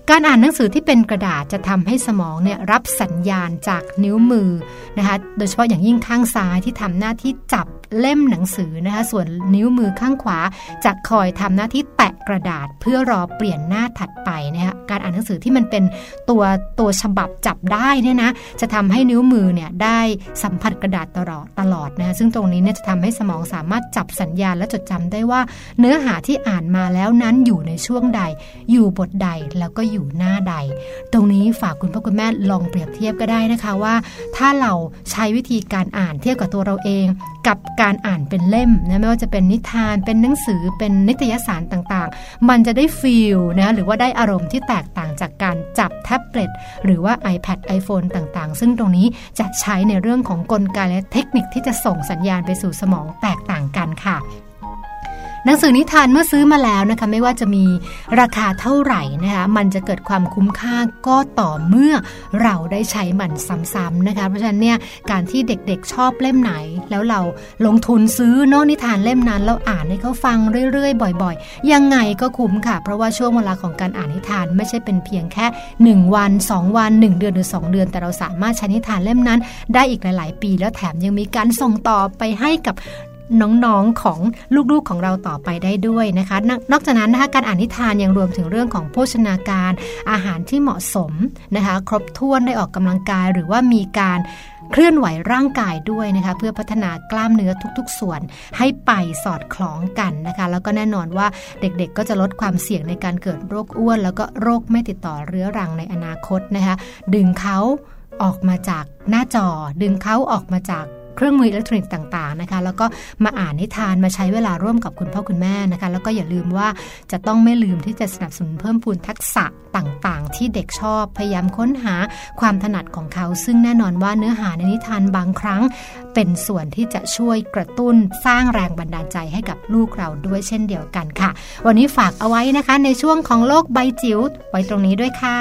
[SPEAKER 8] การอ่านหนังสือที่เป็นกระดาษจะทำให้สมองเนี่ยรับสัญญาณจากนิ้วมือนะคะโดยเฉพาะอย่างยิ่งข้างซ้ายที่ทำหน้าที่จับเล่มหนังสือนะคะส่วนนิ้วมือข้างขวา จะคอยทำหน้าที่แตะกระดาษเพื่อรอเปลี่ยนหน้าถัดไปนะคะการอ่านหนังสือที่มันเป็นตัวตัวฉบับจับได้เนี่ยนะจะทำให้นิ้วมือเนี่ยได้สัมผัสกระดาษตลอดตลอดนะคะซึ่งตรงนี้เนี่ยจะทำให้สมองสามารถจับสัญญาณและจดจำได้ว่า เนื้อหาที่อ่านมาแล้วนั้นอยู่ในช่วงใด อยู่บทใดแล้วก็อยู่หน้าใด ตรงนี้ฝากคุณพ่อคุณแม่ลองเปรียบเทียบก็ได้นะคะว่า ถ้าเราใช้วิธีการอ่านเทียบกับตัวเราเอง กับการอ่านเป็นเล่มนะไม่ว่าจะเป็นนิทานเป็นหนังสือเป็นนิตยสารต่างๆ มันจะได้ฟีลนะหรือว่าได้อารมณ์ที่แตกต่างจากการจับแท็บเล็ตหรือว่า iPad iPhone ต่างๆ ซึ่งตรงนี้จะใช้ในเรื่องของกลไกและเทคนิคที่จะส่งสัญญาณไปสู่สมองแตกต่างกันค่ะ หนังสือนิทานเมื่อซื้อมาแล้วนะคะไม่ว่าจะมีราคาเท่าไหร่นะคะมันจะเกิดความคุ้มค่าก็ต่อเมื่อเราได้ใช้มันซ้ำๆนะคะเพราะฉะนั้นเนี่ยการที่เด็กๆชอบเล่มไหน แล้วเราลงทุนซื้อเนอกนิทานเล่มนั้น แล้วอ่านให้เขาฟังเรื่อยๆ บ่อยๆ ยังไงก็คุ้มค่ะ เพราะว่าช่วงเวลาของการอ่านนิทานไม่ใช่เป็นเพียงแค่ 1 วัน 2 วัน 1 เดือนหรือ 2 เดือน แต่เราสามารถใช้นิทานเล่มนั้น ได้อีกหลาย ๆ ปีแล้วแถมยังมีการส่งต่อไปให้กับ น้องๆของลูกๆของเราต่อไปได้ด้วยนะคะนอกนอกจากนั้นนะคะการอ่านนิทานยังรวมถึงเรื่องของโภชนาการ อาหารที่เหมาะสมนะคะ ครบถ้วนได้ออกกำลังกาย หรือว่ามีการเคลื่อนไหวร่างกายด้วยนะคะ เพื่อพัฒนากล้ามเนื้อทุกๆ ส่วนให้ไปสอดคล้องกันนะคะ แล้วก็แน่นอนว่าเด็กๆ ก็จะลดความเสี่ยงในการเกิดโรคอ้วน แล้วก็โรคไม่ติดต่อเรื้อรังในอนาคตนะคะ ดึงเขาออกมาจากหน้าจอ ดึงเขาออกมาจาก เครื่องมืออิเล็กทรอนิกส์ต่างๆนะคะ แล้วก็มาอ่านนิทานมาใช้เวลาร่วมกับคุณพ่อคุณแม่นะคะ แล้วก็อย่าลืมว่าจะต้องไม่ลืมที่จะสนับสนุนเพิ่มพูนทักษะต่างๆ ที่เด็กชอบพยายามค้นหาความถนัดของเขา ซึ่งแน่นอนว่าเนื้อหาในนิทานบางครั้ง เป็นส่วนที่จะช่วยกระตุ้นสร้างแรงบันดาลใจให้กับลูกเราด้วยเช่นเดียวกันค่ะ วันนี้ฝากเอาไว้นะคะ ในช่วงของโลกใบจิ๋วไว้ตรงนี้ด้วยค่ะ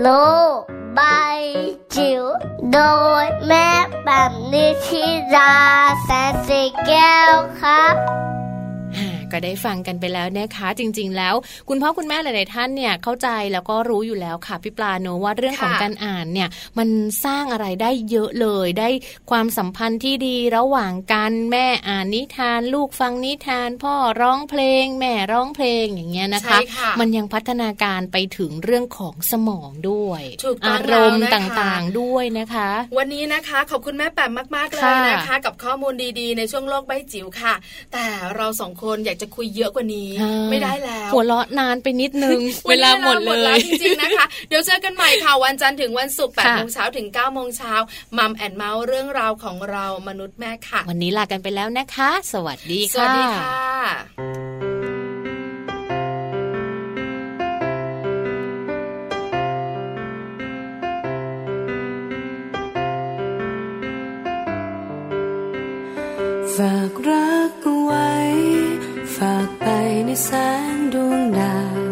[SPEAKER 7] โลกใบจิ๋วโดยแม่แบบนิชิราแสนสีแก้วครับ
[SPEAKER 3] อ่าก็ได้ฟังกันไปแล้วนะคะ จริง ๆ แล้ว คุณพ่อคุณแม่หลายๆท่านเนี่ยเข้าใจแล้วก็รู้อยู่แล้วค่ะพี่ปลาโนว่าเรื่องของ
[SPEAKER 4] ค่ะ
[SPEAKER 3] การอ่านเนี่ยมันสร้างอะไรได้เยอะเลย ได้ความสัมพันธ์ที่ดีระหว่างกันแม่อ่านนิทาน ลูกฟังนิทาน พ่อร้องเพลง แม่ร้องเพลงอย่างเงี้ยนะคะ
[SPEAKER 4] ใช่ค่ะ
[SPEAKER 3] มันยังพัฒนาการไปถึงเรื่องของสมองด้วย
[SPEAKER 4] ถูกต้อ
[SPEAKER 3] อาง รมณ์
[SPEAKER 4] แล้ว
[SPEAKER 3] ต
[SPEAKER 4] นะคะ
[SPEAKER 3] ่างๆด้วยนะคะ
[SPEAKER 4] วันนี้นะคะ ขอบคุณแม่แปมมากๆเลย
[SPEAKER 3] ค่ะ
[SPEAKER 4] นะคะ กับข้อมูลดีๆ ในช่วงโลกใบจิ๋วค่ะ แต่เราสองคนอยากจะคุยเยอะกว่านี้
[SPEAKER 3] อ่า
[SPEAKER 4] ไม่ได้แล้ว
[SPEAKER 3] หัวเราะนานไปนิดนึง เวลาหมดเล
[SPEAKER 4] แวย จริงๆนะคะ เดี๋ยวเจอกันใหม่ค่ะ วันจันทร์ถึงวันศุกร์แปด
[SPEAKER 3] ค่ะ
[SPEAKER 4] โมงเช้าถึง9ก้าโมงเช้ามัมแอนเมาส์เรื่องราวของเรามนุษย์แม่ค่ะ
[SPEAKER 3] วันนี้ลากันไปแล้วนะคะ สวัสดี
[SPEAKER 4] ส
[SPEAKER 3] ค่ะ
[SPEAKER 4] วัสดีค่ะ
[SPEAKER 1] ฝากรักเอาไว้ ฝากไปในแสงดวงดาว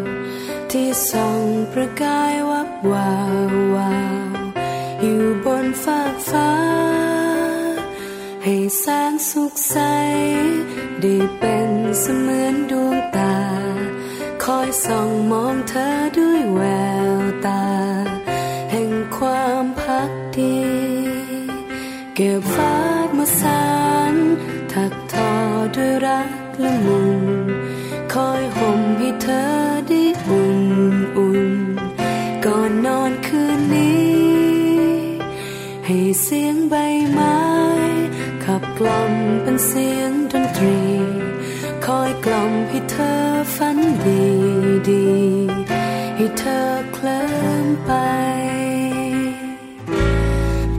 [SPEAKER 1] ที่ส่องประกายวับวาววาวอยู่บนฟากฟ้า ให้แสงสุขใส ได้เป็นเสมือนดวงตา คอยส่องมองเธอด้วยแววตา แห่งความพักดี เก็บฝากมาสานถักทอด้วยรักละมุนคอยห่มให้เธอได้อุ่นอุ่นก่อนนอน เสียงใบไม้ ขับกล่อมเป็นเสียงดนตรี คอยกล่อมให้เธอฝันดีดีๆให้เธอเคลิ้มไป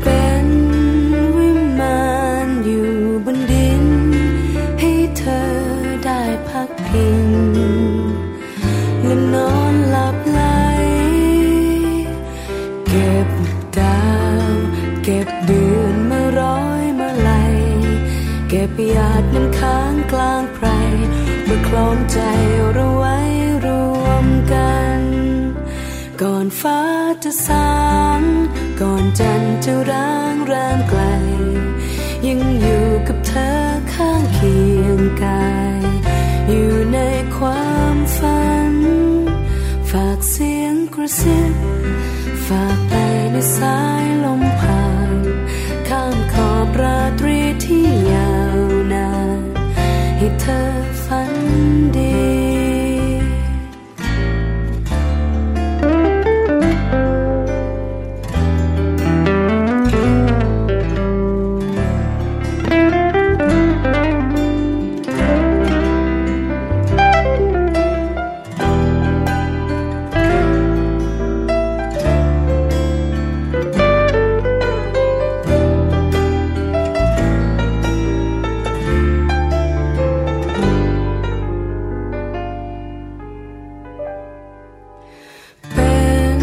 [SPEAKER 1] เป็นวิมานอยู่บนดิน ให้เธอได้พักพิงและนอนหลับไหล เก็บดาวเก็บเดือนมาร้อยมาไหลยเก็บหยาดน้ำค้างกลางไพรมาคล้องใจเราไว้รวมกัน ก่อนฟ้าจะสาง ก่อนจันทร์จะร้างรางไกล ยังอยู่กับเธอข้างเคียงกาย อยู่ในความฝัน ฝากเสียงกระซิบ ฝากไปในสายลมผ่าน ข้ามขอบราตรีที่ยาวนานให้เธอฝันดี เป็น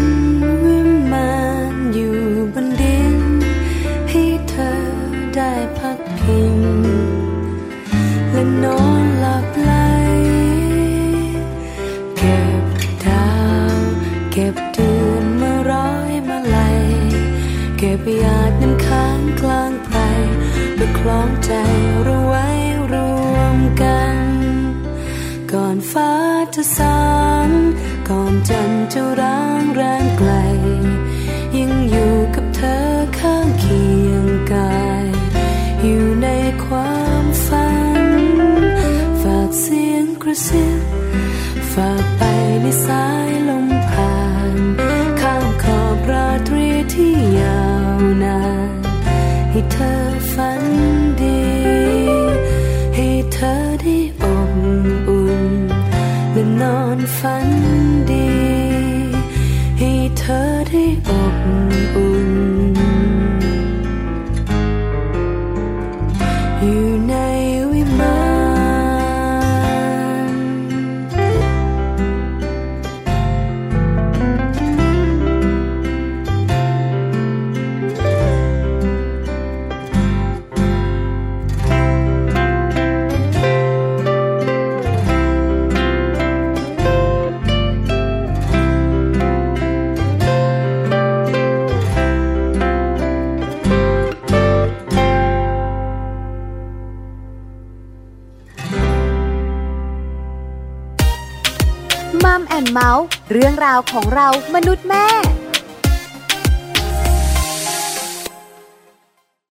[SPEAKER 1] วิมานอยู่บนดิน ให้เธอได้พักพิง และนอนหลับไหล เก็บดาวเก็บเดือนมาร้อยมาไหลยเก็บหยาดน้ำค้างกลางไพรมาคล้องใจเราไว้รวมกัน ก่อนฟ้าจะสาง ก่อนจันทร์จะร้างแรงไกล ยังอยู่กับเธอข้างเคียงกาย อยู่ในความฝัน ฝากเสียงกระซิบฝากไปในสายลมผ่าน ข้ามขอบราตรีที่ยาวนาน ให้เธอฝันดี ให้เธอได้อบอุ่นและนอนฝันดี ให้เธอได้อบอุ่น อยู่ในวิมาน
[SPEAKER 9] มัมแอนเมาส์เรื่องราวของเรามนุษย์แม่